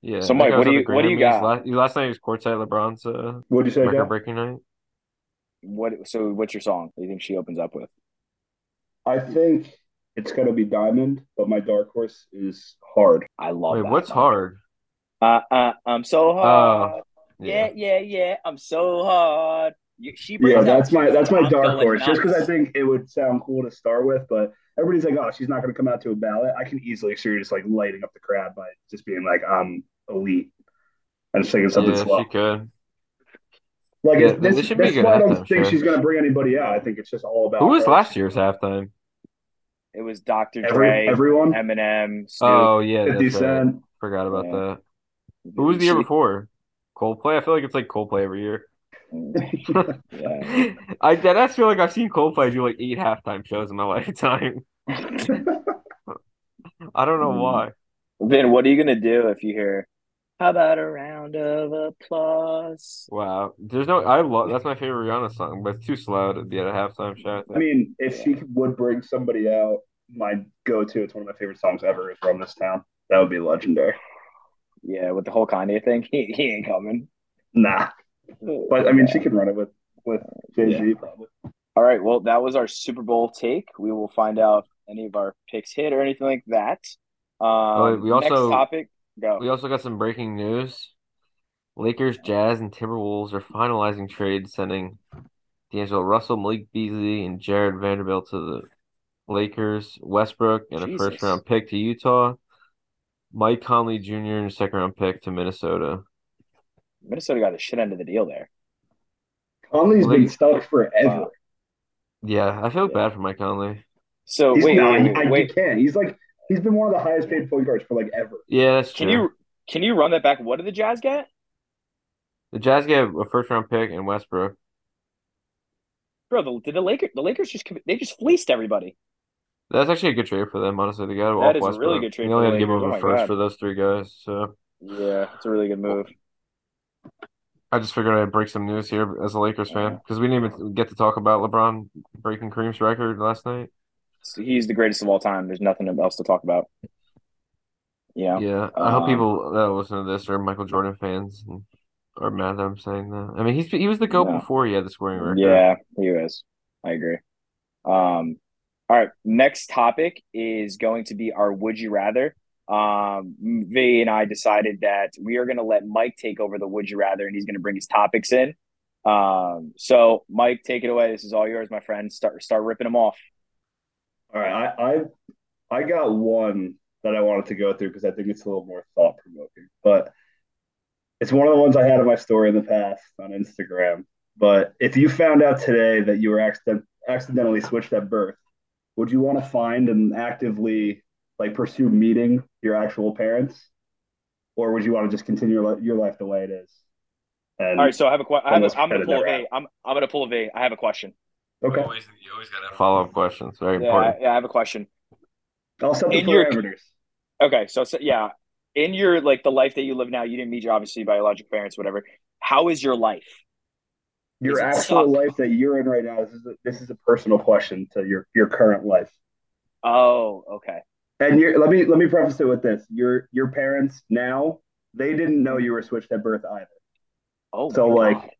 S2: Yeah.
S1: So,
S2: that
S1: Mike, what
S2: guy was
S1: do
S2: at the
S1: you- what do you
S2: Grammys.
S1: got?
S2: Last, he- last night was courtside LeBron's uh,
S3: What'd you say,
S2: record
S3: Jack?
S2: breaking night.
S1: What so what's your song that you think she opens up with?
S3: I think it's gonna be Diamond, but my dark horse is hard.
S1: I love
S2: Wait,
S1: that
S2: what's
S1: song.
S2: hard?
S1: Uh, uh, I'm so hard. yeah.
S2: Oh, Yeah.
S1: yeah, yeah, I'm so hard. You- She brings
S3: Yeah,
S1: out
S3: that's my
S1: truth.
S3: that's my
S1: I'm
S3: dark
S1: going
S3: horse. Just because I
S1: nuts.
S3: think it would sound cool to start with, but everybody's like, oh, she's not gonna come out to a ballot. I can easily see her just like lighting up the crowd by just being like, I'm elite and singing something
S2: Yeah,
S3: slow.
S2: she could.
S3: Like
S2: Yeah,
S3: it's-
S2: this
S3: this,
S2: should
S3: this,
S2: be a good
S3: why I don't
S2: halftime
S3: think
S2: show.
S3: she's gonna bring anybody out. I think it's just all about
S2: Who was
S3: her.
S2: last year's halftime?
S1: It was Dr.
S3: Every,
S1: Dre,
S3: everyone.
S1: Eminem, Snoop.
S2: Oh yeah, that's
S3: 50
S2: right.
S3: Cent.
S2: Forgot about
S1: Yeah.
S2: that. Who was the year
S1: She-
S2: before? Coldplay. I feel like it's like Coldplay every year.
S1: Yeah.
S2: I deadass feel like I've seen Coldplay do like eight halftime shows in my lifetime. I don't know
S1: Hmm.
S2: why.
S1: Vin, what are you gonna do if you hear? How about a round of applause?
S2: Wow, there's no. I love that's my favorite Rihanna song, but it's too slow to be at a halftime show. I think.
S3: I mean, if she would bring somebody out, my go-to, it's one of my favorite songs ever, is From This Town. That would be legendary.
S1: Yeah, with the whole Kanye thing, he, he ain't coming.
S3: Nah. But I mean, she can run it with with Jay-Z probably.
S1: All right, well, that was our Super Bowl take. We will find out if any of our picks hit or anything like that. Um,
S2: we also-
S1: next topic. Go.
S2: we also got some breaking news: Lakers, Jazz, and Timberwolves are finalizing trades, sending D'Angelo Russell, Malik Beasley, and Jared Vanderbilt to the Lakers, Westbrook, and a
S1: Jesus.
S2: first round pick to Utah, Mike Conley Jr. and a second round pick to Minnesota.
S1: Minnesota got the shit end of the deal there.
S3: Conley's been
S2: Like-
S3: stuck forever.
S1: Wow.
S2: Yeah, I feel
S1: Yeah.
S2: bad for Mike Conley.
S1: So
S3: He's
S1: wait,
S3: not,
S1: wait,
S3: I,
S1: wait, wait.
S3: he can't. He's like he's been one of the highest paid point guards for like ever.
S2: Yeah, that's true.
S1: Can you can you run that back? What did the Jazz get?
S2: The Jazz gave a first round pick and Westbrook.
S1: Bro, the, did the Lakers the Lakers just commi- they just fleeced everybody.
S2: That's actually a good trade for them, honestly. They got
S1: That
S2: off
S1: is a
S2: Westbrook.
S1: really good trade
S2: They
S1: for
S2: only
S1: the
S2: had to give
S1: Lakers.
S2: up
S1: Oh my
S2: a first
S1: God.
S2: for those three guys. So
S1: Yeah, it's a really good move.
S2: I just figured I'd break some news here as a Lakers fan
S1: Yeah.
S2: because we didn't even get to talk about LeBron breaking Kareem's record last night.
S1: So he's the greatest of all time. There's nothing else to talk about. Yeah.
S2: Yeah, I hope
S1: Um,
S2: people that listen to this are Michael Jordan fans and are mad that I'm saying that. I mean, he's he was the goat
S1: No.
S2: before he had the scoring record.
S1: Yeah, he was. I agree. Um, all right. Next topic is going to be our would you rather. Um, V and I decided that we are going to let Mike take over the would you rather, and he's going to bring his topics in. Um, so Mike, take it away. This is all yours, my friend. Start start ripping them off.
S3: All right, I I, I got one that I wanted to go through because I think it's a little more thought provoking, but it's one of the ones I had in my story in the past on Instagram. But if you found out today that you were accident- accidentally switched at birth, would you want to find and actively like pursue meeting your actual parents, or would you want to just continue your, li- your life the way it is? And
S1: All right. So I have a question. I'm
S3: Almost
S1: going to
S3: competitive
S1: pull a
S3: round.
S1: V. I'm I'm going to pull a V. I have a question.
S3: okay,
S2: always, you always got to follow up questions. Very
S1: Yeah, I,
S2: important.
S1: yeah, I have a question.
S3: I'll set the
S1: In your-
S3: parameters.
S1: Okay, so, so yeah, in your like the life that you live now, you didn't meet your obviously biological parents, whatever. How is your life?
S3: your
S1: Does it
S3: actual
S1: suck?
S3: life that you're in right now this is a, this is a personal question to your your current life
S1: Oh, okay.
S3: and you let me let me preface it with this your your parents now they didn't know you were switched at birth either
S1: Oh,
S3: So,
S1: my
S3: like,
S1: God.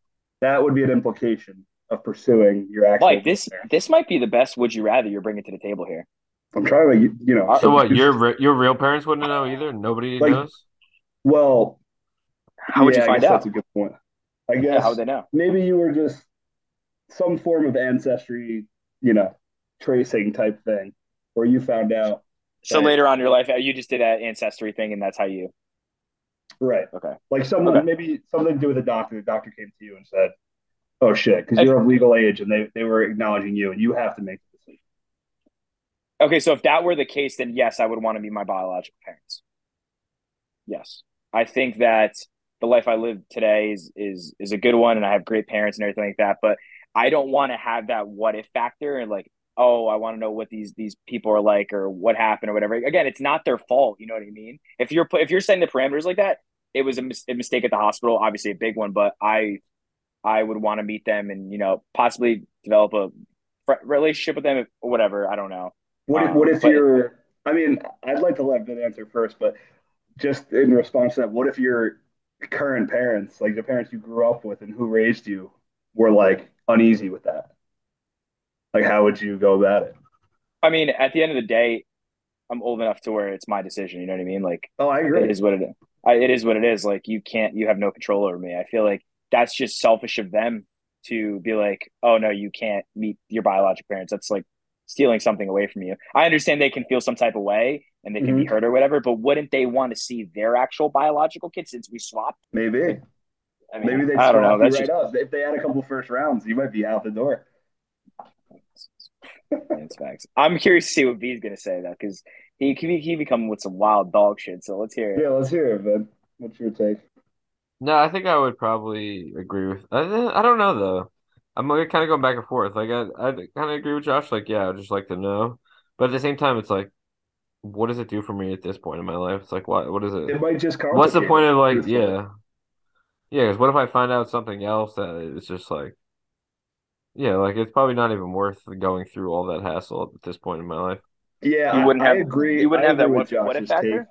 S3: that would be an implication of pursuing your actual
S1: Mike, this
S3: parents.
S1: this might be the best. Would you rather you're bringing to the table here?
S3: i'm trying to you know
S2: So what? Your re- your real parents wouldn't know either. Nobody
S3: Like-
S2: knows.
S3: well
S1: How would
S3: yeah,
S1: you
S3: I
S1: find
S3: guess
S1: out?
S3: that's a good point i
S1: Yeah,
S3: guess
S1: how would they know?
S3: maybe you were just some form of ancestry you know tracing type thing where you found out
S1: So
S3: Right.
S1: later on in your life, uh, you just did that ancestry thing, and that's how you.
S3: right
S1: Okay.
S3: Like someone,
S1: Okay.
S3: maybe something to do with the doctor. The doctor came to you and said, "Oh shit," because
S1: If-
S3: you're of legal age, and they, they were acknowledging you, and you have to make the decision.
S1: Okay, so if that were the case, then yes, I would want to meet my biological parents. Yes, I think that the life I live today is is is a good one, and I have great parents and everything like that. But I don't want to have that what if factor and like, oh, I want to know what these these people are like or what happened or whatever. Again, it's not their fault. You know what I mean? If you're pu- if you're setting the parameters like that, it was a, mis- a mistake at the hospital, obviously a big one. But I I would want to meet them and you know possibly develop a fr- relationship with them or whatever. I don't know.
S3: What if,
S1: Wow,
S3: what if
S1: Uh, but-
S3: you're? I mean, I'd like to let that answer first, but just in response to that, what if your current parents, like the parents you grew up with and who raised you, were like uneasy with that? Like, how would you go about it?
S1: I mean, at the end of the day, I'm old enough to where it's my decision. You know what I mean? Like
S3: Oh, I
S1: it
S3: agree.
S1: is what it is. I, it is what it is. Like you can't, you have no control over me. I feel like that's just selfish of them to be like, oh no, you can't meet your biological parents. That's like stealing something away from you. I understand they can feel some type of way and they can
S3: Mm-hmm.
S1: be hurt or whatever, but wouldn't they want to see their actual biological kid since we swapped?
S3: Maybe,
S1: I mean,
S3: maybe they
S1: I don't know.
S3: swap you
S1: That's
S3: right up. If they had a couple first rounds, you might be out the door.
S1: just it's facts. I'm curious to see what B's gonna say though, because he he be coming with some wild dog shit. So let's hear it.
S3: Yeah, let's hear it, man. What's your take?
S2: No, I think I would probably agree with. I, eh, I don't know though. I'm like kind of going back and forth. Like I, I kind of agree with Josh. Like yeah, I'd just like to know, but at the same time, it's like, what does it do for me at this point in my life? It's like what what is it?
S3: It might just
S2: What's the
S3: complicate
S2: point
S3: it.
S2: of like
S3: It's-
S2: yeah, yeah? Because what if I find out something else that it's just like, yeah, like it's probably not even worth going through all that hassle at this point in my life.
S3: Yeah,
S1: You
S3: I-
S1: wouldn't
S3: I,
S1: have-
S3: agree.
S1: you wouldn't
S3: I
S1: have that
S3: agree
S1: what-
S3: with
S1: what if
S3: Josh's
S1: factor?
S3: take.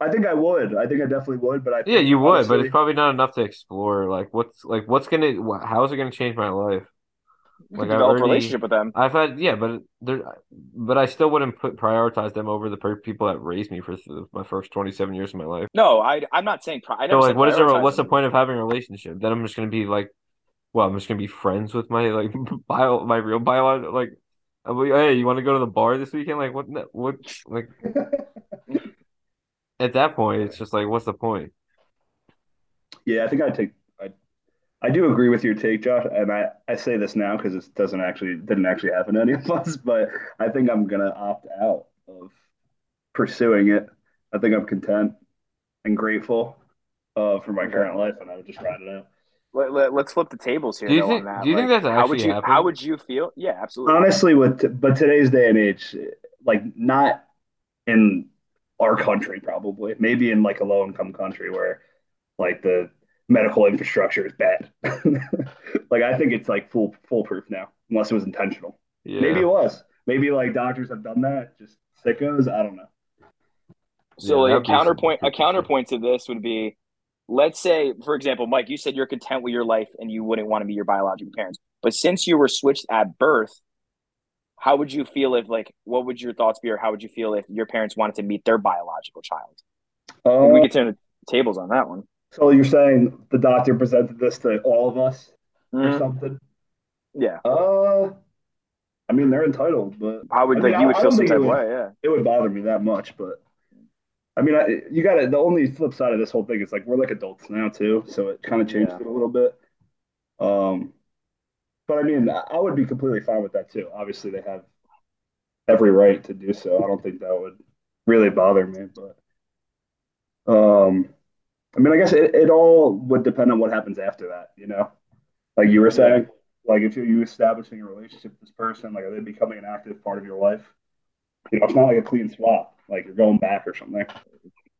S3: I think I would. I think I definitely would, but I
S2: Yeah,
S3: think,
S2: you would, but
S3: honestly,
S2: it's probably not enough to explore. Like what's like what's gonna wh- how is it gonna change my life?
S1: You could
S2: Like I've
S1: develop a
S2: already.
S1: relationship with them.
S2: I've had yeah, but there, but I still wouldn't put prioritize them over the per- people that raised me for th- my first twenty seven years of my life.
S1: No, I I'm not saying pri- I
S2: So
S1: never
S2: like,
S1: said
S2: what is there? What's
S1: prioritize
S2: the
S1: them.
S2: point of having a relationship? Then I'm just gonna be like, well, I'm just gonna be friends with my like bio, my real bio, like, I'm like, hey, you want to go to the bar this weekend? Like, what? in the- What? Like at that point, it's just like, what's the point?
S3: yeah, I think I take. I, I do agree with your take, Josh, and I, I say this now because it doesn't actually didn't actually happen to any of us, but I think I'm gonna opt out of pursuing it. I think I'm content and grateful uh, for my current life, and I would just ride it out.
S1: Let, let, let's flip the tables here
S2: Do you
S1: though
S2: think-
S1: on that.
S2: do you think
S1: Like,
S2: that's
S1: how would
S2: actually
S1: you
S2: happened?
S1: how would you feel? Yeah, absolutely.
S3: Honestly, with but today's day and age, like not in our country, probably maybe in like a low income country where like the medical infrastructure is bad. like I think it's like full foolproof now, unless it was intentional.
S2: Yeah.
S3: Maybe it was. Maybe like doctors have done that, just sickos. I don't know.
S1: So
S2: Yeah,
S1: like,
S2: that'd
S1: a
S2: be some
S1: counterpoint a
S2: good
S1: counterpoint to this would be let's say for example Mike you said you're content with your life and you wouldn't want to be your biological parents. But since you were switched at birth, how would you feel if like what would your thoughts be or how would you feel if your parents wanted to meet their biological child? I think we
S3: Uh,
S1: could turn the tables on that one.
S3: so you're saying the doctor presented this to all of us
S1: Mm-hmm.
S3: or something?
S1: Yeah.
S3: Uh, I mean they're entitled, but
S1: I would
S3: I
S1: like
S3: mean,
S1: you
S3: I-
S1: would
S3: I
S1: feel
S3: don't
S1: some
S3: think
S1: type
S3: it
S1: of
S3: would-
S1: way, yeah.
S3: it would bother me that much, but I mean, I, you got to The only flip side of this whole thing is like we're like adults now too, so it kind of changed
S1: Yeah.
S3: it a little bit. Um, but I mean, I I would be completely fine with that too. Obviously, they have every right to do so. I don't think that would really bother me, but um, I mean, I guess it, it all would depend on what happens after that, you know? Like you were saying, like if you're you establishing a relationship with this person, like are they becoming an active part of your life? You know, it's not like a clean swap, like you're going back or something.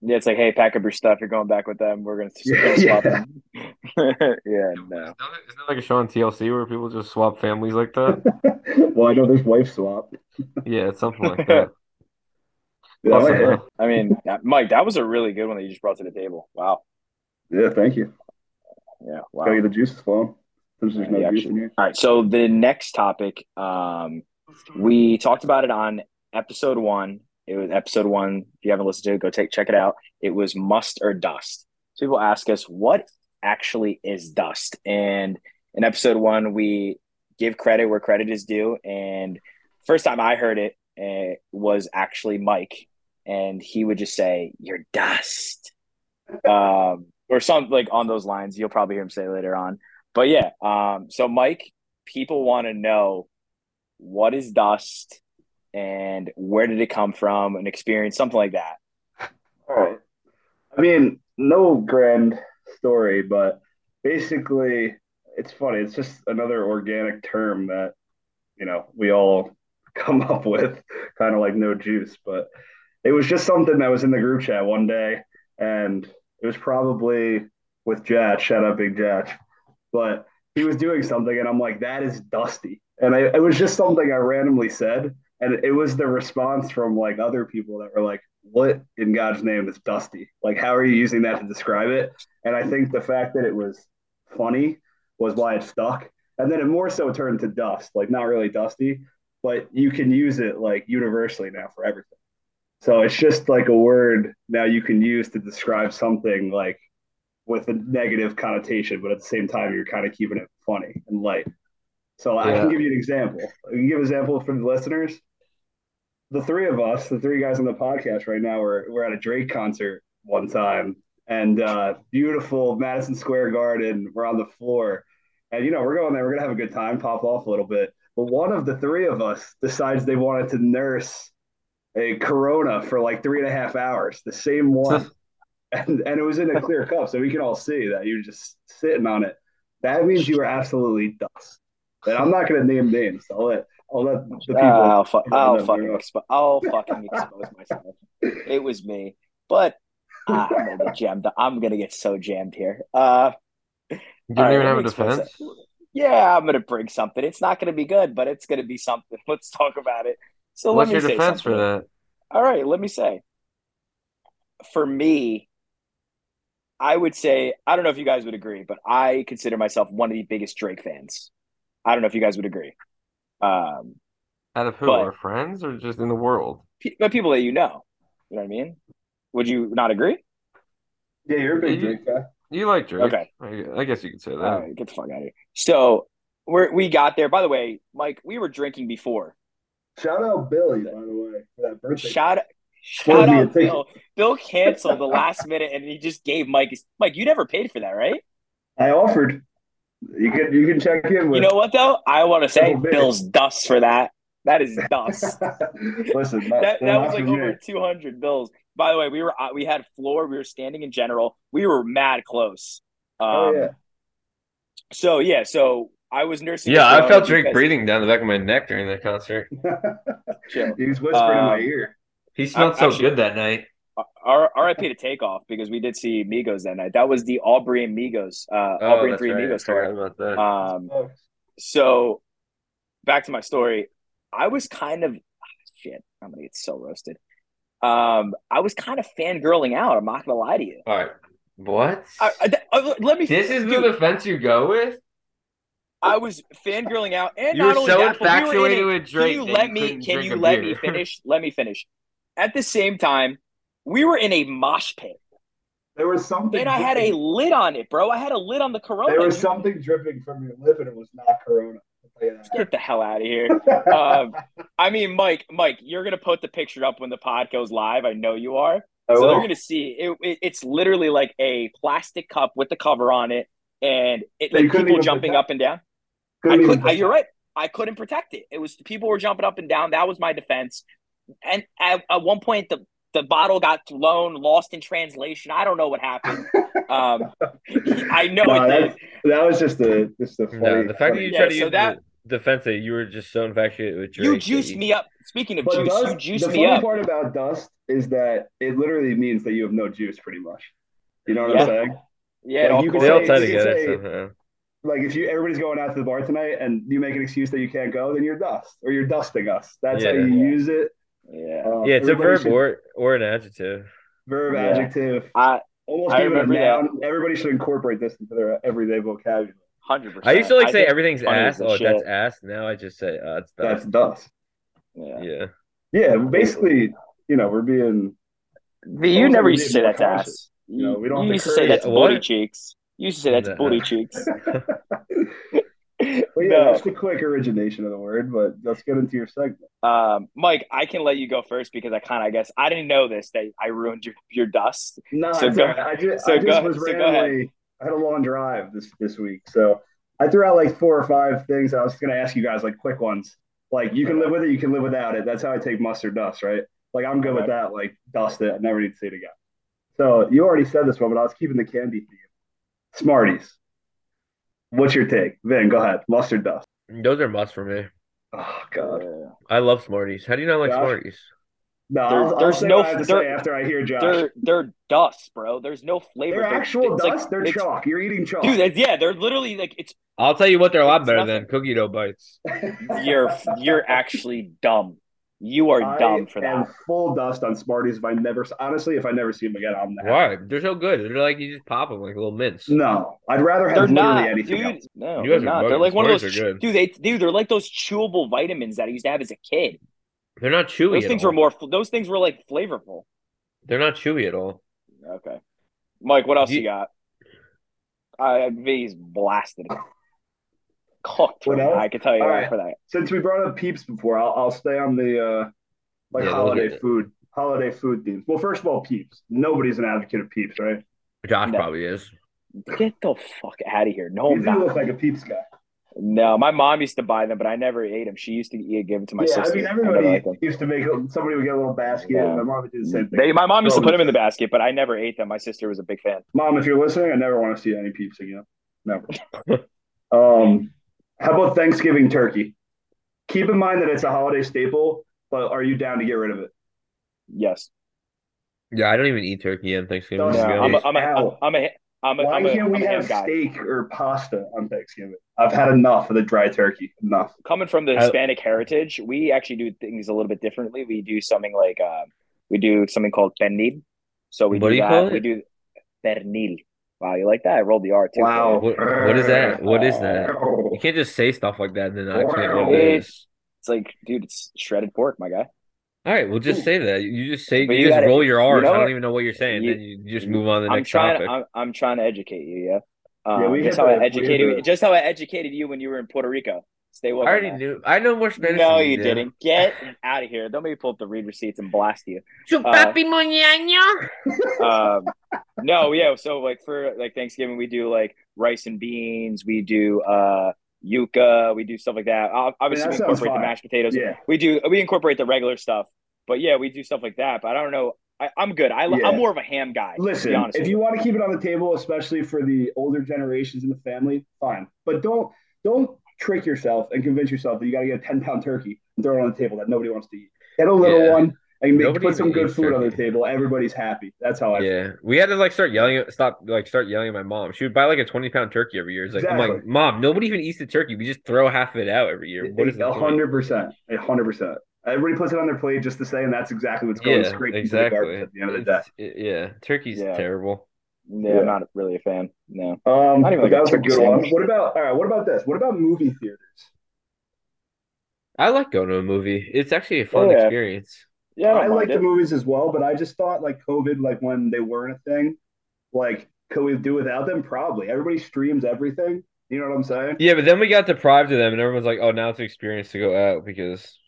S1: Yeah, it's like, hey, pack up your stuff. You're going back with them. We're gonna
S3: Yeah,
S1: swap
S3: yeah.
S1: them. yeah,
S2: Isn't
S1: no.
S2: that, isn't that like a show on TLC where people just swap families like that?
S3: Well, I know there's wife swap.
S2: yeah, it's something like that.
S3: Yeah,
S2: Close
S3: like-
S2: enough.
S1: I mean, that, Mike, that was a really good one that you just brought to the table. Wow.
S3: yeah, thank you.
S1: Yeah. Wow.
S3: Gotta get the juices flowing. Since there's
S1: Yeah,
S3: no
S1: the
S3: juice
S1: action.
S3: in here.
S1: All right. So the next topic, um, we talked about it on episode one. It was episode one. If you haven't listened to it, go take check it out. It was must or dust. So people ask us what actually is dust, and in episode one we give credit where credit is due. And first time I heard it, it was actually Mike, and he would just say, "You're dust," um, or something like on those lines. You'll probably hear him say later on. But yeah, um, so Mike, people want to know what is dust and where did it come from, an experience, something like that.
S3: All right. I mean, no grand story, but basically, it's funny. It's just another organic term that, you know, we all come up with, kind of like no juice. But it was just something that was in the group chat one day, and it was probably with Jatch. Shout out, Big Jatch. But he was doing something, and I'm like, that is dusty. And I, it was just something I randomly said. And it was the response from like other people that were like, what in God's name is dusty? Like, how are you using that to describe it? And I think the fact that it was funny was why it stuck. And then it more so turned to dust, like not really dusty, but you can use it like universally now for everything. So it's just like a word now you can use to describe something like with a negative connotation, but at the same time, you're kind of keeping it funny and light. So I
S2: Yeah.
S3: can give you an example. I can give an example for the listeners. The three of us, the three guys on the podcast right now, were we're at a Drake concert one time, and uh, beautiful Madison Square Garden. We're on the floor, and you know we're going there. We're gonna have a good time, pop off a little bit. But one of the three of us decides they wanted to nurse a Corona for like three and a half hours. The same one. and, and it was in a clear cup, so we can all see that you're just sitting on it. That means you were absolutely dust. And I'm not going to name names. I'll let I'll let the people.
S1: I'll, fu- I'll
S3: them
S1: fucking
S3: know.
S1: expo- I'll fucking expose myself. It was me, but ah, I'm gonna get jammed. I'm gonna get so jammed here. Uh,
S2: You
S1: All
S2: don't even
S1: right,
S2: have a
S1: let's put
S2: defense.
S1: yeah, I'm gonna bring something. It's not gonna be good, but it's gonna be something. Let's talk about it. So let
S2: What's
S1: me
S2: your
S1: say
S2: defense
S1: something.
S2: for that?
S1: All right, let me say. For me, I would say I don't know if you guys would agree, but I consider myself one of the biggest Drake fans. I don't know if you guys would agree. Um,
S2: Out of who?
S1: But-
S2: Our friends or just in the world?
S1: pe- but people that you know, you know what I mean? Would you not agree?
S3: Yeah, you're a big
S2: You-
S3: Drake guy.
S2: You like Drake.
S1: Okay.
S2: I, I guess you could say that.
S1: All right, get the fuck out of here. So we're, we got there. By the way, Mike, we were drinking before.
S3: Shout out Billy, by the way, for that birthday.
S1: Shout,
S3: What
S1: shout
S3: was he, a
S1: out
S3: ticket?
S1: Bill. Bill canceled the last minute, and he just gave Mike his. Mike, you never paid for that, right?
S3: I offered. You can you can check in
S1: You
S3: with.
S1: know what though? I want to say
S3: Double bid.
S1: Bill's dust for that. That is dust.
S3: Listen, not,
S1: that
S3: they're
S1: that
S3: not
S1: was like
S3: for me.
S1: over two hundred bills. By the way, we were uh, we had floor. We were standing in general. We were mad close. Um,
S3: Oh yeah,
S1: So yeah, so uh, I was nursing.
S2: Yeah,
S1: a
S2: I felt
S1: corona
S2: Drake
S1: because-
S2: breathing down the back of my neck during that concert.
S1: Chill.
S3: he was whispering in my
S1: Um,
S3: ear.
S2: He smelled so
S1: actually-
S2: good that night.
S1: R- RIP to Takeoff because we did see Migos that night. That was the Aubrey and Migos, uh,
S2: Oh,
S1: Aubrey and
S2: that's
S1: Three
S2: right. I
S1: Migos
S2: forgot
S1: tour.
S2: about that.
S1: Um,
S3: Oh,
S1: so back to my story. I was kind of shit. I'm gonna get so roasted. Um, I was kind of fangirling out. I'm not gonna lie to you.
S2: All right. What?
S1: I, I, I- let me.
S2: this is
S1: dude,
S2: the defense you go with?
S1: I was fangirling out, and
S2: You
S1: not
S2: were
S1: only
S2: so
S1: that, but we were in
S2: infatuated
S1: it.
S2: with
S1: Can
S2: Drake.
S1: you
S2: that
S1: let me?
S2: couldn't
S1: Can
S2: drink
S1: you
S2: a
S1: let me
S2: beer.
S1: finish? Let me finish. At the same time, we were in a mosh pit,
S3: there was something.
S1: and I had a
S3: dripping-
S1: lid on it, bro. I had a lid on the Corona.
S3: There was
S1: You-
S3: something dripping from your lip, and it was not Corona. I'll tell you
S1: Get the hell out of here.
S3: that.
S1: Um, I mean, Mike, Mike, you're gonna put the picture up when the pod goes live. I know you are.
S3: I
S1: so
S3: will.
S1: they're gonna see it, it- It's literally like a plastic cup with the cover on it, and it
S3: But you
S1: like
S3: couldn't
S1: people
S3: even
S1: jumping
S3: protect-
S1: up and down.
S3: Couldn't
S1: I
S3: even
S1: could. I, you're right. I couldn't protect it. It was people were jumping up and down. That was my defense. And at, at one point, the the bottle got thrown, lost in translation. I don't know what happened. Um, I know
S3: No,
S1: it did.
S3: that's- that was just a just a funny.
S2: No, the fact that you
S1: Yeah,
S2: tried to
S1: so
S2: use
S1: that-
S2: the defense that you were just so infatuated with Drake.
S1: You
S2: that
S1: juiced me up. Speaking of
S3: But
S1: juice,
S3: dust,
S1: you juiced
S3: the
S1: me
S3: funny
S1: up.
S3: part about dust is that it literally means that you have no juice, pretty much. You know what
S1: Yeah.
S3: I'm saying?
S1: Yeah,
S3: Like,
S1: all
S3: you could
S2: They all
S1: correct.
S3: say-
S2: tie
S3: you could
S2: together
S3: say-
S2: somehow.
S1: uh,
S3: Like if you everybody's going out to the bar tonight and you make an excuse that you can't go, then you're dust or you're dusting us. That's how
S2: Yeah.
S3: you
S1: Yeah.
S3: use it.
S1: yeah.
S3: Uh,
S2: Yeah, it's a
S3: everybody
S2: verb
S3: should-
S2: or, or an adjective.
S3: verb,
S1: Yeah.
S3: adjective.
S1: I
S3: Almost
S1: I
S3: gave it a
S1: remember that.
S3: noun. Everybody should incorporate this into their everyday vocabulary.
S1: hundred percent.
S2: I used to like say
S1: think-
S2: everything's
S1: funny
S2: ass.
S1: as
S2: Oh,
S1: shit.
S2: that's ass. Now I just say, oh, it's
S3: That's
S2: that's
S3: dust.
S1: Yeah.
S2: yeah.
S3: Yeah, basically, you know, we're being
S1: But you
S3: Almost
S1: never
S3: like
S1: used to say
S3: being more
S1: that's ass.
S3: cautious. You know, we don't have
S1: you
S3: the
S1: used to say
S3: courage.
S1: that's
S2: Yeah,
S1: booty
S2: what?
S1: cheeks. You used to say that's
S2: Nah.
S1: booty cheeks.
S3: But yeah,
S1: No.
S3: that's the quick origination of the word. But let's get into your segment.
S1: Um, Mike, I can let you go first because I kind of guess I didn't know this that I ruined your, your dust.
S3: No,
S1: So
S3: it's
S1: go-
S3: all right. I just,
S1: so
S3: I just
S1: go-
S3: was
S1: so go ahead.
S3: randomly. I had a long drive this this week, so I threw out like four or five things. I was going to ask you guys like quick ones. Like you can live with it, you can live without it. That's how I take mustard dust, right? Like I'm good with
S1: Okay.
S3: that. Like dust it. I never need to see it again. So you already said this one, but I was keeping the candy theme. Smarties. What's your take, Vin? Go ahead. Mustard dust.
S2: Those are musts for me.
S3: Oh God.
S1: Yeah.
S2: I love Smarties. How do you not like
S3: Gosh.
S2: Smarties?
S3: No,
S1: There-
S3: I'll, I'll
S1: there's
S3: say
S1: no-
S3: what I have to
S1: there-
S3: say after I hear Josh. They're,
S1: They're they're dust, bro. There's no flavor.
S3: actual
S1: it's
S3: dust.
S1: like-
S3: they're
S1: it's-
S3: chalk. You're eating chalk.
S1: Dude, it's- yeah, they're literally like it's
S2: I'll tell you what, they're a lot
S1: It's
S2: better
S1: nothing.
S2: than cookie dough bites.
S1: you're you're actually dumb. You are dumb for
S3: I am
S1: that.
S3: full dust on Smarties. If I never, honestly, if I never see them again, I'm not.
S2: Why? They're so good. They're like you just pop them like little mints.
S3: No, I'd rather have
S1: They're
S3: literally
S1: not,
S3: anything.
S1: dude.
S3: Else.
S1: No,
S2: You
S1: they're
S2: guys are
S1: not. They're
S2: bugging.
S1: like one of
S2: Smarties
S1: those,
S2: are good.
S1: dude. They, dude, they're like those chewable vitamins that I used to have as a kid.
S2: They're not chewy.
S1: Those
S2: at
S1: things
S2: all.
S1: were more. Those things were like flavorful.
S2: They're not chewy at all.
S1: Okay, Mike, what else
S2: Ye-
S1: you got? I V's blasted. it. Cooked.
S3: What
S1: right
S3: else?
S1: now, I can tell you
S3: All
S1: that
S3: right.
S1: for that.
S3: Since we brought up peeps before, I'll, I'll stay on the uh,
S2: Yeah,
S3: like
S2: those are
S3: holiday
S2: good.
S3: food, holiday food themes. Well, first of all, peeps. Nobody's an advocate of peeps, right?
S2: Josh
S1: No.
S2: probably is.
S1: Get the fuck out of here. No,
S3: You
S1: I'm
S3: do
S1: not.
S3: look like a peeps guy.
S1: No, my mom used to buy them, but I never ate them. She used to eat, give them to my
S3: yeah,
S1: sister.
S3: I mean,
S1: never
S3: everybody
S1: liked them.
S3: used to make a, somebody would get a little basket.
S1: Yeah.
S3: My mom would do the same thing.
S1: They, my mom used to
S3: Throw
S1: put
S3: them-
S1: them in the basket, but I never ate them. My sister was a big fan.
S3: Mom, if you're listening, I never want to see any peeps again. Never. um, how about Thanksgiving turkey? Keep in mind that it's a holiday staple, but are you down to get rid of it?
S1: Yes,
S2: Yeah, I don't even eat turkey on Thanksgiving. to
S3: No,
S2: be
S3: Yeah.
S1: I'm a,
S2: honest.
S1: I'm a,
S3: Ow.
S1: I'm a, I'm a,
S3: Oh, Why
S1: I'm a,
S3: can't we
S1: I'm a ham
S3: have
S1: guy.
S3: steak or pasta on Thanksgiving? I've had enough of the dry turkey. Enough.
S1: Coming from the
S2: I-
S1: Hispanic heritage, we actually do things a little bit differently. We do something like, uh, we do something called pernil. So we
S2: What
S1: do
S2: do you
S1: that.
S2: call
S1: We
S2: it?
S1: do pernil. Wow, you like that? I rolled the R too.
S3: Wow.
S2: what, what is that? What is that?
S3: Oh.
S2: You can't just say stuff like that and then I can't know this.
S1: It's like, dude, it's shredded pork, my guy.
S2: All right, well, just say that. You just say,
S1: But
S2: you,
S1: you
S2: just
S1: gotta-
S2: roll your
S1: you
S2: R's.
S1: know
S2: I
S1: what?
S2: don't even know what you're saying.
S1: You-
S2: then you just move on to the
S1: I'm
S2: next
S1: trying.
S2: topic.
S1: I'm, I'm trying to educate you. Yeah. Um,
S3: Yeah, we
S1: just
S3: hit
S1: how I
S3: the- we
S1: educated.
S3: hit the-
S1: Just how I educated you when you were in Puerto Rico. Stay
S2: I
S1: woke.
S2: already
S1: on that.
S2: knew. I know more Spanish.
S1: No,
S2: than
S1: you
S2: do.
S1: didn't. Get out of here. Don't make me pull up the read receipts and blast you.
S4: Su
S1: Uh,
S4: papi moñaño.
S1: Um, no, yeah. So like for like Thanksgiving, we do like rice and beans. We do uh yuca. We do stuff like that. Ob- Obviously,
S3: that
S1: we
S3: sounds
S1: incorporate the
S3: fine.
S1: mashed potatoes.
S3: Yeah.
S1: We do. We incorporate the regular stuff. But yeah, we do stuff like that. But I don't know. I, I'm good. I,
S3: Yeah.
S1: I'm more of a ham guy. to be
S3: Listen,
S1: honest
S3: if
S1: with
S3: you want to keep it on the table, especially for the older generations in the family, fine. But don't don't trick yourself and convince yourself that you got to get a ten pound turkey and throw it on the table that nobody wants to eat. Get a little
S2: Yeah.
S3: one and make,
S2: Nobody
S3: put some
S2: even
S3: good
S2: eats
S3: food on the
S2: turkey.
S3: table. Everybody's happy. That's how I. feel.
S2: Yeah, we had to like start yelling, at, stop, like start yelling at my mom. She would buy like a twenty pound turkey every year. It's like I'm like,
S3: Exactly.
S2: mom, nobody even eats the turkey. We just throw half of it out every year. What is the
S3: A
S2: point?
S3: hundred percent, a hundred percent. Everybody puts it on their plate just to say, and that's exactly what's going
S2: Yeah,
S3: straight into the
S2: exactly.
S3: garbage at the end of the day.
S2: It's- it- yeah, turkey's
S1: Yeah.
S2: terrible.
S1: you. Yeah, I'm not really a fan. No.
S3: Um,
S1: Not even
S3: but
S1: like a
S3: that was a
S1: turkey
S3: good one.
S1: sandwich.
S3: What about all right? What about this? What about movie theaters?
S2: I like going to a movie. It's actually a fun
S3: Oh,
S1: yeah.
S2: experience.
S1: Yeah,
S3: I,
S1: don't
S3: like
S1: mind
S3: the
S1: it.
S3: movies as well, but I just thought like COVID, like when they weren't a thing, like could we do without them? Probably. Everybody streams everything. You know what I'm saying?
S2: Yeah, but then we got deprived of them, and everyone's like, "Oh, now it's an experience to go out because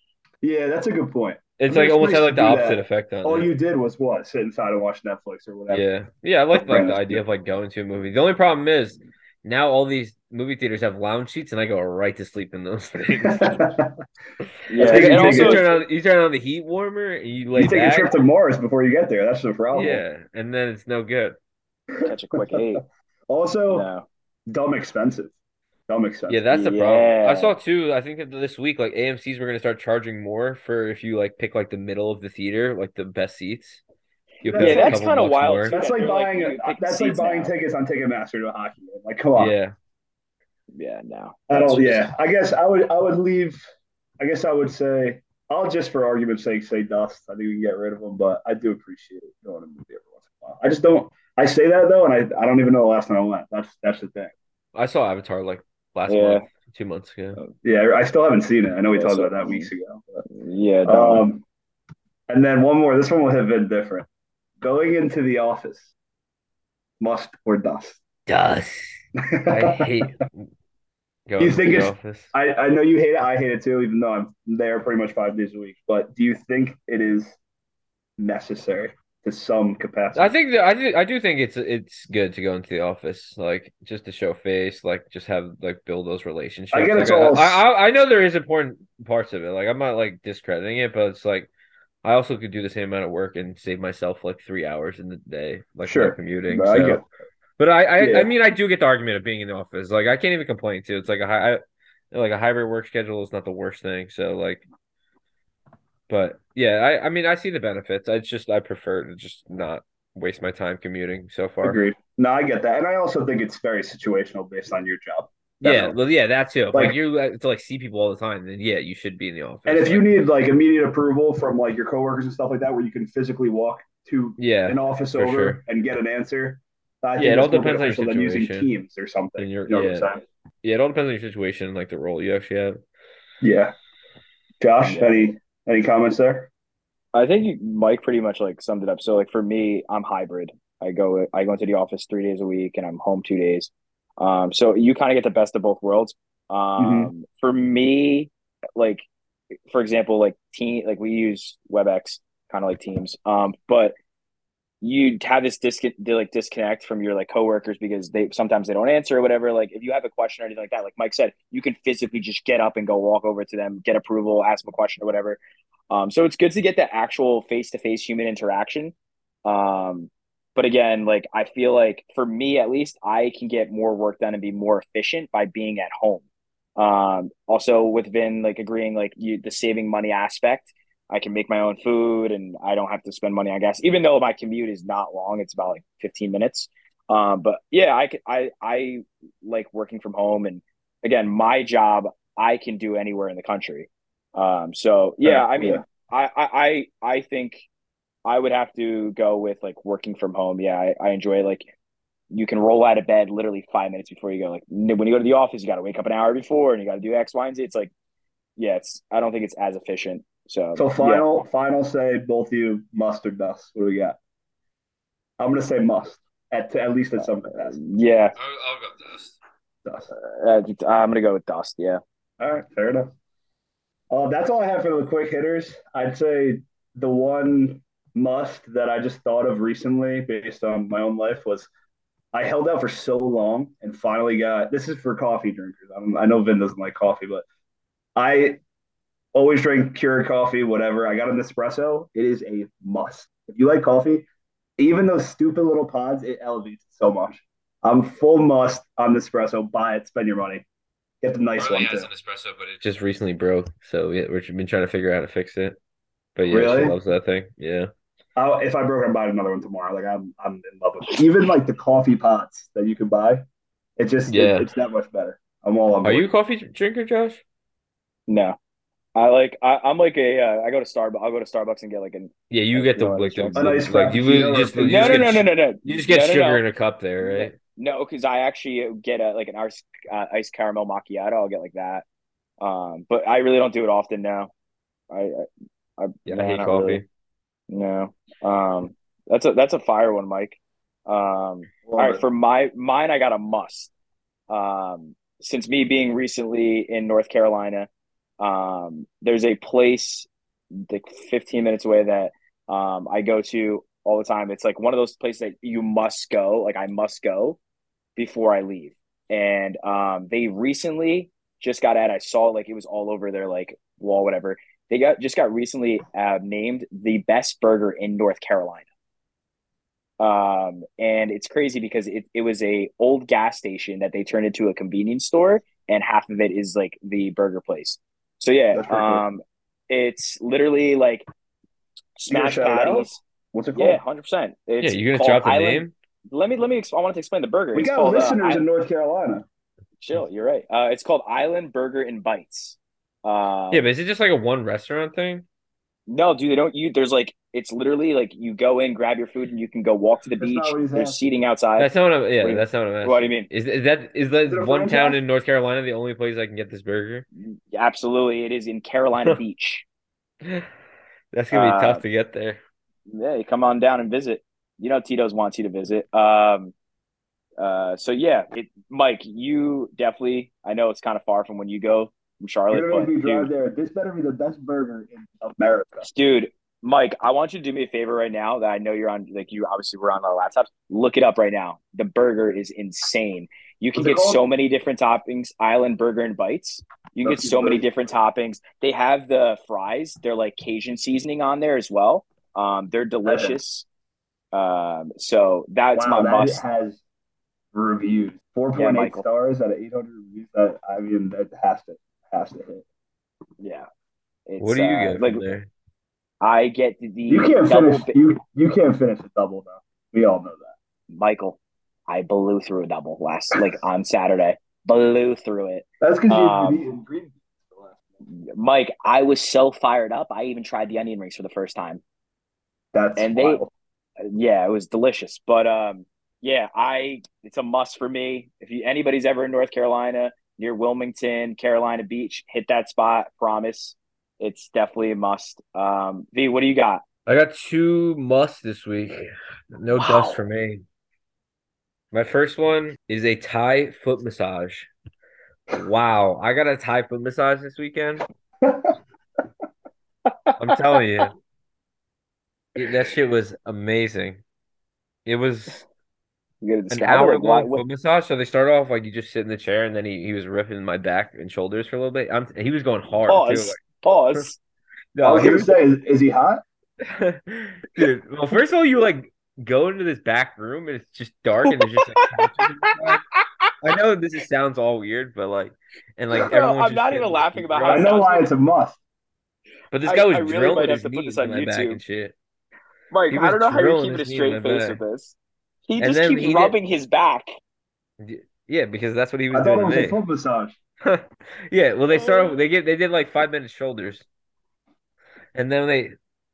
S3: Yeah, that's a good point.
S2: it's
S3: I mean,
S2: like
S3: it's
S2: almost had
S3: nice to
S2: like the
S3: do that.
S2: opposite effect on
S3: All
S2: it.
S3: you did was what sit inside and watch Netflix or whatever.
S2: Yeah, yeah, I like like the
S3: Yeah.
S2: idea of like going to a movie. The only problem is now all these movie theaters have lounge seats, and I go right to sleep in those things.
S1: Yeah,
S3: Take a-
S1: and
S2: you,
S3: take a-
S1: also,
S2: turn on, you turn on the heat warmer, and you lay
S3: you take
S2: back.
S3: a trip to Mars before you get there. That's the problem.
S2: yeah, and then it's no good.
S1: catch a quick eight.
S3: Also,
S1: No.
S3: dumb expensive. Dumb expensive.
S2: Yeah, that's the problem.
S1: Yeah.
S2: I saw too. I think that this week, like AMC's, were gonna start charging more for if you like pick like the middle of the theater, like the best seats. You'll pay,
S1: Yeah,
S2: like, a
S1: that's
S2: couple
S1: kind of
S2: bucks
S1: wild.
S2: more.
S1: too,
S3: That's
S1: that
S3: like
S1: they're
S3: buying
S1: you pick
S3: that's like
S1: seats
S3: buying
S1: now.
S3: tickets on Ticketmaster to a hockey game. Like, come on.
S2: Yeah,
S1: Yeah, no.
S3: I
S1: That's
S3: don't.
S1: just-
S3: Yeah, I guess I would. I would leave. I guess I would say I'll just for argument's sake say dust. I think we can get rid of them, but I do appreciate going to a movie every once in a while. I just don't. I say that though, and I, I don't even know the last time I went. That's that's the thing.
S2: I saw Avatar like last
S1: Yeah.
S2: month, two months ago.
S3: Yeah, I still haven't seen it. I know we
S1: Yeah,
S3: talked
S1: so-
S3: about that weeks ago.
S1: Yeah,
S3: but-
S1: no.
S3: um, and then one more. This one will have been different. Going into the office, must or dust.
S2: Dust. I hate going
S3: You
S2: to
S3: think
S2: the
S3: it's-
S2: office.
S3: I, I know you hate it. I hate it too, even though I'm there pretty much five days a week. But do you think it is necessary to some capacity?
S2: I think that I do, I do think it's it's good to go into the office, like just to show face, like just have like build those relationships.
S3: I get it's
S2: Like,
S3: all-
S2: I, I I know there is important parts of it. Like I'm not like discrediting it, but it's like I also could do the same amount of work and save myself like three hours in the day, like
S3: Sure.
S2: while commuting.
S3: No, I
S2: so-
S3: get-
S2: but I I,
S3: Yeah.
S2: I mean I do get the argument of being in the office. Like I can't even complain too. It's like a high I, like a hybrid work schedule is not the worst thing. So like. But yeah, I, I mean I see the benefits. I just I prefer to just not waste my time commuting so far.
S3: Agreed. No, I get that, and I also think it's very situational based on your job.
S2: Yeah,
S3: Definitely.
S2: well, yeah, that too. If, like,
S3: Like-
S2: you uh, to like see people all the time, then yeah, you should be in the office.
S3: And if you
S2: Like,
S3: need like immediate approval from like your coworkers and stuff like that, where you can physically walk to
S2: yeah,
S3: an office
S2: for
S3: over
S2: sure.
S3: and get an answer, I
S2: Yeah, it all
S3: that's more
S2: depends on your
S3: beneficial than using
S2: situation.
S3: Teams or something.
S2: And your-
S3: You know what I'm
S2: yeah.
S3: saying?
S2: yeah, it all depends on your situation, and, like the role you actually have.
S3: Yeah. Josh,
S1: Yeah.
S3: any any comments there?
S1: I think you, Mike pretty much like summed it up. So like for me, I'm hybrid. I go I go into the office three days a week, and I'm home two days. Um, so you kind of get the best of both worlds. Um,
S3: Mhm.
S1: for me, like for example, like team, like we use WebEx, kind of like Teams. Um, but you'd have this disc like disconnect from your like coworkers because they sometimes they don't answer or whatever. Like if you have a question or anything like that, like Mike said, you can physically just get up and go walk over to them, get approval, ask them a question or whatever. Um, so it's good to get that actual face to face human interaction. Um, but again, like I feel like for me at least, I can get more work done and be more efficient by being at home. Um, also with Vin like agreeing like you the saving money aspect. I can make my own food and I don't have to spend money on gas, even though my commute is not long. It's about like 15 minutes. Um, but yeah, I, I, I like working from home. And again, my job, I can do anywhere in the country. Um, so yeah, I mean, yeah. I, I, I think I would have to go with like working from home. Yeah. I, I enjoy like you can roll out of bed literally five minutes before you go. Like when you go to the office, you got to wake up an hour before and you got to do X, Y, and Z. It's like, yeah, it's, I don't think it's as efficient. So,
S3: so final yeah. final say, both of you must or dust. What do we got? I'm gonna say must at at least at some capacity.
S1: Yeah,
S4: I'll, I'll go dust.
S3: Dust.
S1: Uh, I'm gonna go with dust. Yeah.
S3: All right, fair enough. Uh, that's all I have for the quick hitters. I'd say the one must that I just thought of recently, based on my own life, was I held out for so long and finally got. This is for coffee drinkers. I'm, I know Vin doesn't like coffee, but I always drink Keurig coffee, whatever. I got an espresso. It is a must. If you like coffee, even those stupid little pods, it elevates so much. I'm full must on Nespresso. Buy it, spend your money. Get the
S2: Oh,
S3: nice
S4: Harley
S3: one
S4: has
S3: too.
S4: an espresso, but it
S2: Just recently broke, so yeah, we've been trying to figure out how to fix it. But yeah,
S3: Really?
S2: she loves that thing. Yeah,
S3: I'll, if I broke, I'm buying another one tomorrow. Like I'm, I'm in love with it. even like the coffee pots that you can buy. It just, yeah.
S2: Yeah.
S3: it's that much better. I'm all on.
S2: are
S3: board.
S2: you a coffee drinker, Josh?
S1: No, I like, I, I'm like a, uh, I go to Starbucks, I'll go to Starbucks and get like an,
S2: Yeah, you get the
S1: No,
S2: like, the,
S1: it's
S2: the-
S3: a nice
S2: like you
S3: frappuccino
S2: li- just
S3: or
S2: you
S3: something.
S1: no,
S2: just
S1: no,
S2: get
S1: no, no,
S2: sh-
S1: no, no,
S2: you just get
S1: No, no,
S2: sugar
S1: no.
S2: in a cup there, right?
S1: No, because I actually get a like an ice uh, iced caramel macchiato. I'll get like that. Um, but I really don't do it often now. I, I, I
S2: Yeah,
S1: no,
S2: I hate
S1: not
S2: coffee.
S1: really. No. Um, that's a that's a fire one, Mike. Um, all
S3: Love
S1: right,
S3: it.
S1: for my mine, I got a must. Um, since me being recently in North Carolina, um, there's a place like 15 minutes away that um, I go to all the time. It's like one of those places that you must go, like I must go before I leave. And um, they recently just got at. I saw like it was all over their like wall, whatever. They got just got recently uh, named the best burger in North Carolina. Um, and it's crazy because it, it was a old gas station that they turned into a convenience store, and half of it is like the burger place. So yeah,
S3: That's pretty cool.
S1: um, it's literally like
S3: gonna
S1: smash
S3: shout it out?
S1: patties.
S3: What's it called?
S1: Yeah, hundred percent.
S2: Yeah, you're gonna drop the name.
S1: Let me let me. Ex- I wanted to explain the burger.
S3: we
S1: It's
S3: got
S1: called, uh,
S3: listeners
S1: I-
S3: in North Carolina.
S1: Chill, you're right. Uh, it's called Island Burger and Bites. Uh,
S2: Yeah, but is it just like a one restaurant thing?
S1: no, dude, they don't. You there's like it's literally like you go in, grab your food, and you can go walk to the
S3: That's
S1: beach.
S3: not what he's
S1: There's
S3: asking.
S1: seating outside.
S2: That's not what I'm. Yeah,
S1: Uh, Wait,
S2: that's not what I'm
S1: what do
S2: asking.
S1: you mean?
S2: Is, is that is that
S3: Is it a
S2: one town
S3: franchise?
S2: in North Carolina the only place I can get this burger?
S1: Absolutely, it is in Carolina Beach.
S2: That's gonna be
S1: Uh,
S2: tough to get there.
S1: Yeah, you come on down and visit. You know, Tito's wants you to visit. Um, uh, so yeah, it, Mike, you definitely. I know it's kind of far from when you go from Charlotte,
S3: You're
S1: but
S3: gonna make me
S1: dude,
S3: drive there. This better be the best burger in America.
S1: Dude, Mike, I want you to do me a favor right now that I know you're on, like, you obviously were on our laptops. Look it up right now. The burger is insane. You can
S3: What's it
S1: get
S3: called?
S1: so many different toppings, Island Burger and Bites. You can get
S3: That's
S1: so many
S3: great.
S1: different toppings. They have the fries, they're like Cajun seasoning on there as well. Um, they're delicious. Um, so that's my
S3: wow, that
S1: must.
S3: has reviews. Four point eight
S1: Michael.
S3: stars out of eight hundred reviews. That I mean, that has to has to hit.
S1: Yeah. It's,
S2: What do you
S1: uh,
S2: get
S1: like,
S2: from there?
S1: I get the
S3: You can't
S1: double
S3: finish.
S1: bi-
S3: You you can't finish a double though. We all know that.
S1: Michael, I blew through a double last like on Saturday. Blew through it.
S3: That's because
S1: Um,
S3: you've been eating green beans for the last.
S1: Mike, I was so fired up. I even tried the onion rings for the first time.
S3: That's
S1: and they-
S3: wild.
S1: Uh, Yeah, it was delicious. But um, yeah, I it's a must for me. If you, anybody's ever in North Carolina near Wilmington, Carolina Beach, hit that spot. Promise, it's definitely a must. Um, V, what do you got?
S2: I got two musts this week. No
S1: Wow.
S2: dust for me. My first one is a Thai foot massage. Wow, I got a Thai foot massage this weekend. I'm telling you, It- that shit was amazing. it was
S1: You gotta
S2: an
S1: describe it.
S2: hour
S1: Why-
S2: long
S1: what-
S2: foot massage. So they started off like you just sit in the chair, and then he, he was ripping my back and shoulders for a little bit. I'm, he was going hard too.
S1: Pause.
S2: Like,
S1: Pause.
S3: I
S2: no,
S3: was
S2: he
S3: gonna
S2: was,
S3: say, is, is Oh, he hot?
S2: dude. Well, first of all, you like go into this back room, and it's just dark, and there's just like, couches inside. I know this is, sounds all weird, but like, and like
S1: No, no,
S2: everyone's
S1: I'm
S2: just
S1: not
S2: sitting
S1: even
S2: there
S1: laughing about
S2: eating
S1: how
S3: I
S2: rice.
S3: know why it's a must.
S2: But this
S1: I-
S2: guy was
S1: I really
S2: drilling
S1: might have
S2: his
S1: to put
S2: knees
S1: this on
S2: in my back
S1: YouTube.
S2: and shit.
S1: Mike,
S2: He
S1: I
S2: was
S1: don't know how you're
S2: drilling
S1: keeping a
S2: his knee in
S1: straight
S2: my
S1: face
S2: back.
S1: with this. He
S2: And
S1: just
S2: then
S1: keeps
S2: he did-
S1: rubbing his back.
S2: Yeah, because that's what he was
S3: I thought it
S2: doing
S3: was
S2: to
S3: a
S2: me.
S3: foot massage.
S2: yeah, well, they started.
S1: Oh.
S2: They get. They did like five minutes shoulders, and then they,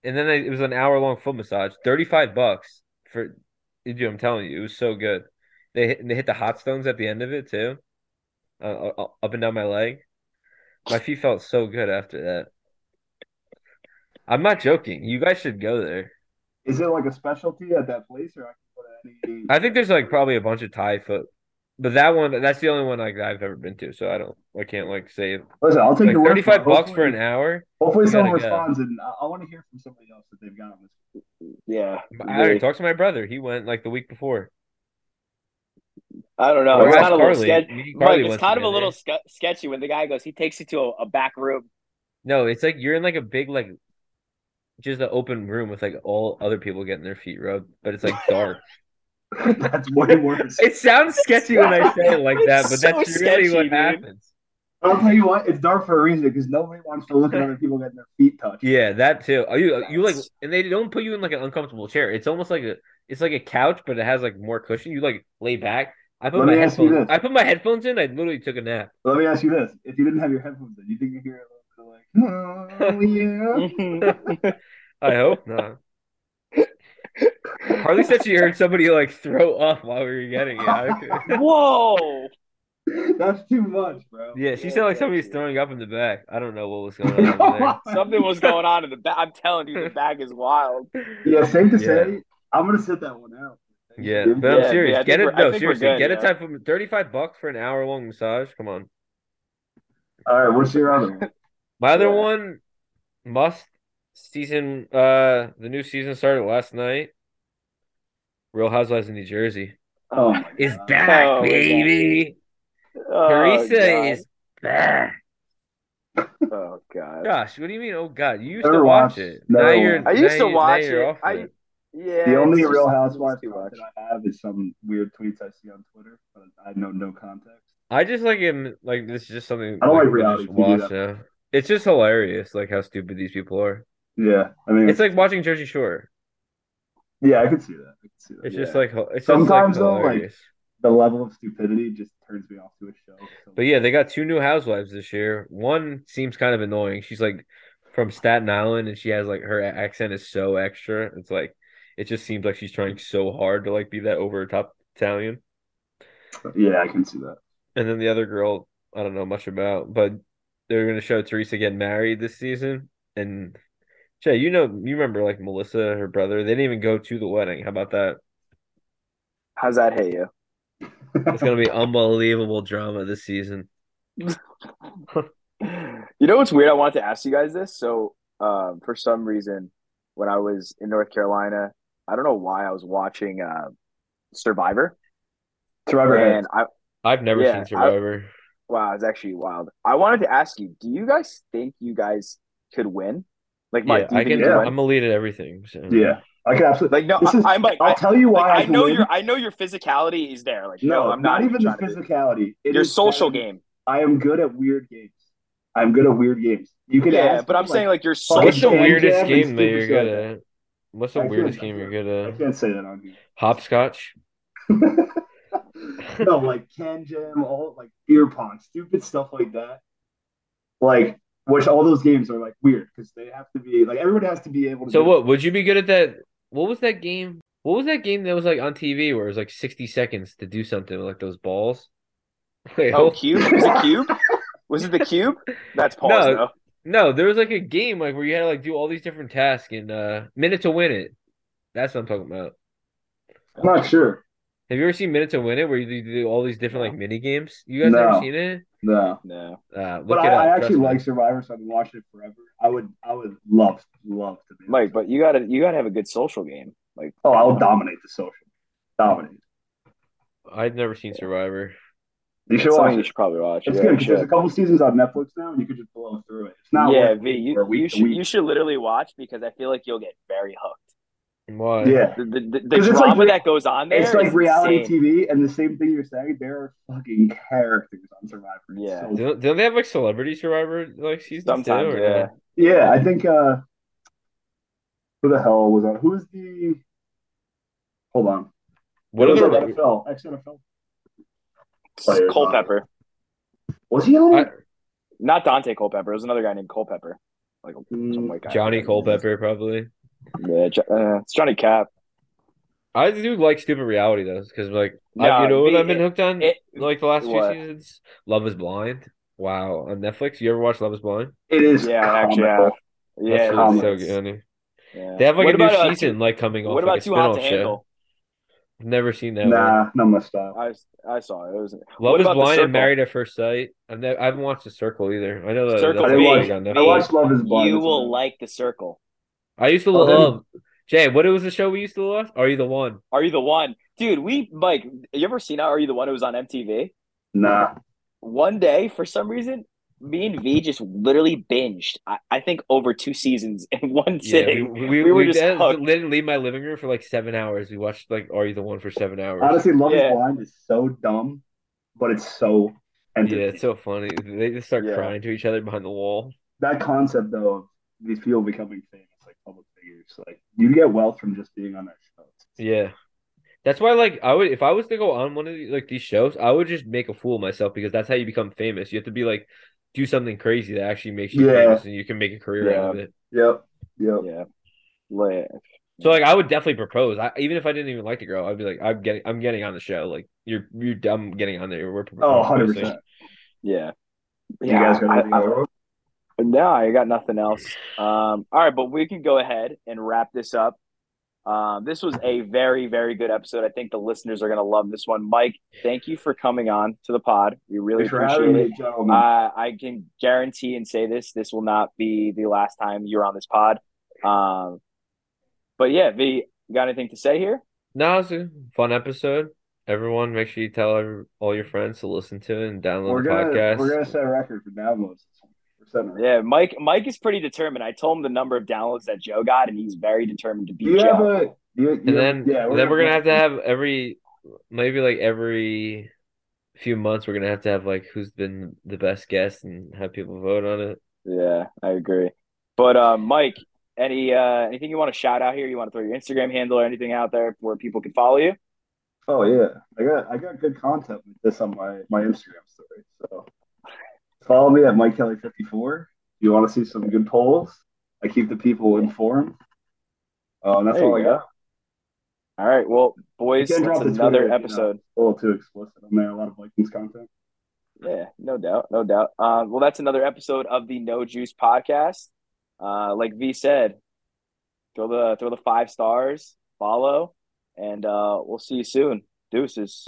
S2: and then they, it was an hour long foot massage. Thirty five bucks for, dude. I'm telling you, it was so good. They hit, and they hit the hot stones at the end of it too, uh, uh, up and down my leg. My feet felt so good after that. I'm not joking. You guys should go there.
S3: Is it like a specialty at that place, or I can put any?
S2: I think there's like probably a bunch of Thai foot, but that one, that's the only one like I've ever been to. So I don't, I can't like say
S3: Listen, I'll take
S2: like
S3: your word
S2: thirty five
S3: for it.
S2: bucks for
S3: Hopefully-
S2: an hour.
S3: Hopefully,
S2: You
S3: someone
S2: gotta go.
S3: responds, and I, I want to hear from somebody else that they've got on this.
S1: Yeah.
S2: I already
S1: really.
S2: talked to my brother. He went like the week before.
S1: I don't know.
S2: Or
S1: It's
S2: ask
S1: kind of a little
S2: Carly.
S1: sketchy.
S2: Me and Carly
S1: Mike, it's
S2: went
S1: kind of a
S2: together.
S1: little ske- sketchy when the guy goes, he takes you to a, a back room.
S2: No, it's like you're in like a big like just an open room with like all other people getting their feet rubbed, but it's like dark.
S3: That's way worse.
S2: it sounds sketchy when I say it like that, but
S1: It's
S2: that's
S1: so
S2: really
S1: sketchy,
S2: what
S1: dude.
S2: happens.
S3: I'll tell you what, it's dark for a reason because nobody wants to look at other people getting their feet touched.
S2: Yeah, that too. Are you you like
S1: That's-
S2: and they don't put you in like an uncomfortable chair. It's almost like a it's like a couch, but it has like more cushion. You like lay back. I put
S3: Let
S2: my
S3: me ask you
S2: headphones.
S3: this.
S2: I put my headphones in. I literally took a nap.
S3: Let me ask you this: If you didn't have your headphones in, you think you hear a little bit of like, oh yeah.
S1: Mm-hmm.
S2: I hope not. Carly said she heard somebody like throw up while we were getting it. I could-
S1: Whoa.
S3: That's too much, bro.
S2: Yeah, she
S1: Yeah,
S2: sounded like
S1: yeah,
S2: somebody was
S1: yeah.
S2: throwing up in the back. I don't know what was going on over
S1: Something was going on in the back. I'm telling you, the bag is wild.
S2: there.
S3: Yeah, safe to
S2: Yeah.
S3: say, I'm gonna sit that one out.
S2: Yeah,
S3: Dude,
S2: but I'm
S1: Yeah,
S2: serious.
S1: yeah, I
S2: get
S1: think
S2: it?
S1: we're- I
S2: No,
S1: think we're
S2: seriously,
S1: good,
S2: get
S1: yeah.
S2: a time for thirty-five bucks for an hour-long massage. Come on.
S3: All right, what's your other one?
S2: My other
S1: Yeah.
S2: one, must season. Uh, the new season started last night. Real Housewives of New Jersey
S3: Oh my
S2: is
S3: God.
S2: back,
S1: Oh,
S2: baby.
S1: Oh,
S2: Teresa
S1: God.
S2: is back.
S1: Oh, God.
S2: Gosh, what do you mean? Oh God, you used
S3: Never
S2: to watch
S3: watched-
S2: it.
S3: never
S2: now you're.
S3: watched.
S1: I
S2: now
S1: used to
S2: you- now
S1: watch
S2: you're
S1: it.
S2: off
S1: I-
S2: it.
S1: Yeah.
S3: The only
S1: it's
S3: Real
S1: just-
S3: Housewives
S1: it's too much.
S3: content I have is some weird tweets I see on Twitter, but I know no context.
S2: I just like him. Like this is just something
S3: I don't like
S2: we
S3: reality
S2: just
S3: TV
S2: watch now. It's just hilarious, like how stupid these people are.
S3: Yeah, I mean,
S2: It's like watching Jersey Shore.
S3: yeah, I could see that. I could see that.
S2: It's
S1: Yeah.
S2: just like it's just like
S3: Sometimes, though, like-
S2: hilarious.
S3: The level of stupidity just turns me off to a show. So-
S2: But yeah, they got two new housewives this year. One seems kind of annoying. She's like from Staten Island, and she has like her accent is so extra. It's like it just seems like she's trying so hard to like be that over top Italian.
S3: yeah, I can see that.
S2: And then the other girl, I don't know much about, but they're gonna show Teresa getting married this season. And Jay, you know, you remember like Melissa, her brother. They didn't even go to the wedding. How about that?
S1: How's that hit you?
S2: It's gonna be unbelievable drama this season.
S1: You know what's weird? I wanted to ask you guys this. So, um, for some reason, when I was in North Carolina, I don't know why I was watching uh, Survivor,
S3: Survivor heads.
S1: and I
S2: I've never
S1: Yeah, I-
S2: seen Survivor.
S1: wow, it's actually wild. I wanted to ask you: Do you guys think you guys could win? Like, Mike,
S2: yeah,
S1: do you
S2: I
S1: think
S2: can.
S1: you could
S3: yeah.
S1: win?
S2: I'm elite at everything. So.
S3: Yeah, I can absolutely.
S1: Like, no,
S3: This is-
S1: I, I'm like,
S3: I'll
S1: I,
S3: tell you why
S1: like, I
S3: can
S1: know
S3: win.
S1: your, I know your physicality is there. Like,
S3: No,
S1: no, I'm not,
S3: even the
S1: trying to-
S3: physicality. It
S1: Your
S3: is
S1: social
S3: that
S1: game.
S3: I am good at weird games. I'm good at weird games. You can
S1: Yeah,
S3: ask
S1: but
S3: me,
S1: I'm saying like your social.
S2: What's the
S3: Hand
S2: weirdest
S3: jab and
S2: game that
S3: stupid
S2: you're
S3: shit like
S2: good
S3: that.
S2: at? What's the
S3: I can't-
S2: weirdest
S3: I
S2: game you're
S3: can't-
S2: good
S3: I
S2: at?
S3: can't say that on here.
S2: Hopscotch.
S3: no, like can jam, all like beer pong, stupid stuff like that. Like, which all those games are like weird because they have to be like everybody has to be able to.
S2: So
S3: do it.
S2: what would you be good at that? What was that game? What was that game that was like on TV where it was like sixty seconds to do something with like those balls? Wait,
S1: Oh,
S2: hold-
S1: cube? Was it cube? Was it the cube? That's pause
S2: No.
S1: though.
S2: no, there was like a game like where you had to like do all these different tasks and uh minute to win it. That's what I'm talking about.
S3: I'm not sure.
S2: Have you ever seen Minute to Win It where you do do all these different
S1: No.
S2: like mini games? You guys
S3: No.
S2: never seen it?
S3: No,
S1: No.
S2: Uh, look
S3: but
S2: it up.
S3: I, I
S2: trust
S3: actually
S2: me.
S3: like Survivor, so I've been watching it forever. I would, I would love, love to be.
S1: Mike, but you gotta you gotta have a good social game. Like
S3: oh, I'll dominate the social. dominated.
S2: I'd never seen Survivor.
S3: You should
S1: That's
S3: watch
S1: something you
S3: it.
S1: should probably watch.
S3: It's
S1: yeah,
S3: good
S1: you
S3: 'cause
S1: should.
S3: there's a couple seasons on Netflix now, and you could just blow through it. It's not
S1: yeah,
S3: worth
S1: V,
S3: for
S1: you,
S3: week
S1: you
S3: to
S1: should
S3: week.
S1: you should literally watch because I feel like you'll get very hooked.
S2: Why?
S3: yeah.
S1: The, the, the,
S3: 'Cause
S1: the
S3: it's
S1: drama
S3: like-
S1: that goes on there.
S3: It's like
S1: is
S3: reality
S1: insane.
S3: TV, and the same thing you're saying. There are fucking characters on Survivor. It's
S1: Yeah.
S3: so-
S2: Don't, don't they have like Celebrity Survivor like season
S1: Sometimes,
S2: two? Or
S1: yeah.
S3: yeah. I think uh, who the hell was on? Who's the? Hold on.
S2: What
S3: It was
S2: other?
S3: like NFL? Ex NFL. Players on
S1: Culpepper,
S3: Was he on? it?
S2: I-
S1: not Dante Culpepper. It was another guy named Culpepper, like some white guy.
S2: Mm, Johnny Culpepper probably.
S1: Yeah, Jo- uh, it's Johnny Cap.
S2: I do like stupid reality though, because like I,
S1: Yeah,
S2: you know what
S1: the-
S2: I've been hooked on
S1: it-
S2: like the last two
S1: what?
S2: seasons. Love is Blind. Wow, on Netflix. You ever watch Love is Blind?
S3: It is.
S1: Yeah, I actually
S3: comical.
S1: have. Yeah,
S2: That's really so
S1: it's-
S2: good.
S1: yeah.
S2: They have like
S1: What
S2: a new
S1: about, uh,
S2: season like coming off.
S1: What about
S2: like, a
S1: Too Hot to
S2: spin-off show.
S1: Handle?
S2: I've never seen that. one.
S3: Nah, not my style.
S1: I, I saw it. It was
S2: Love
S1: What
S2: is
S1: about The
S2: Blind
S1: Circle?
S2: and Married at First Sight. I've never, I haven't watched The Circle either. I know that
S1: Circle
S2: that's
S3: I
S2: a
S3: watched-
S2: thing on
S3: I
S2: Netflix.
S3: watched Love Is Blind.
S1: you
S3: That's
S1: will
S3: about it.
S1: like The Circle.
S2: I used to
S3: Oh, then-
S2: love Jay. What was the show we used to love? Are you the one?
S1: Are you the one, dude? We Mike. You ever seen Are You the One? It was on MTV.
S3: Nah.
S1: One day, for some reason, me and V just literally binged. I, I think over two seasons in one sitting.
S2: Yeah, we, we,
S1: We were
S2: we
S1: just
S2: did-
S1: hooked.
S2: didn't leave my living room for like seven hours. We watched like Are You the One for seven hours.
S3: Honestly, Love
S1: Yeah.
S3: Is Blind is so dumb, but it's so
S2: yeah,
S3: entertaining.
S2: it's so funny. They just start
S1: Yeah.
S2: crying to each other behind the wall.
S3: that concept though of these people becoming famous, like public figures, like you get wealth from just being on that show.
S2: Yeah, that's why. Like, I would if I was to go on one of the, like these shows, I would just make a fool of myself because that's how you become famous. You have to be like do something crazy that actually makes you
S3: Yeah.
S2: famous, and you can make a career out of it.
S3: Yep. Yep.
S1: Yeah, like,
S2: So like I would definitely propose. I, even if I didn't even like the girl, I'd be like, I'm getting, I'm getting on the show. Like you're, you're, I'm getting on there. We're
S3: Oh,
S2: proposing.
S3: 100 percent.
S1: yeah,
S3: You guys got
S1: I-
S3: anything
S1: I-
S3: else?
S1: No, I got nothing else. Um, all right, but we can go ahead and wrap this up. Um, this was a very, very good episode. I think the listeners are going to love this one. Mike, thank you for coming on to the pod. We really
S3: Thanks for
S1: appreciate
S3: having
S1: it.
S3: me, gentlemen.
S1: Uh, I can guarantee and say this: this will not be the last time you're on this pod. Um, but yeah, V, you got anything to say here?
S2: No, it's a fun episode. Everyone, make sure you tell every, all your friends to listen to it and download
S3: we're
S2: the
S3: gonna
S2: podcast.
S3: we're gonna set a record for downloads. We're setting a record.
S1: Yeah, Mike. Mike is pretty determined. I told him the number of downloads that Joe got, and he's very determined to
S3: Do
S1: beat
S3: you
S1: Joe.
S3: have a? Do you,
S2: and then,
S3: yeah,
S2: then we're gonna have to have every, maybe like every few months, we're gonna have to have like who's been the best guest and have people vote on it.
S1: Yeah, I agree. But uh, Mike, any uh, anything you want to shout out here? You want to throw your Instagram handle or anything out there where people can follow you?
S3: Oh yeah, I got I got good content with this on my my Instagram story. So follow me at Mike Kelly fifty four. You want to see some good polls? I keep the people informed. Uh, and that's
S1: There
S3: all I
S1: you
S3: got.
S1: All right, well, boys, that's
S3: You can drop the Twitter if
S1: another
S3: you don't.
S1: episode.
S3: a little too explicit on there. A lot of Vikings content.
S1: Yeah, no doubt, no doubt. Um, well, that's another episode of the No Juice podcast. Uh, like V said, throw the throw the five stars, follow, and uh, we'll see you soon. Deuces.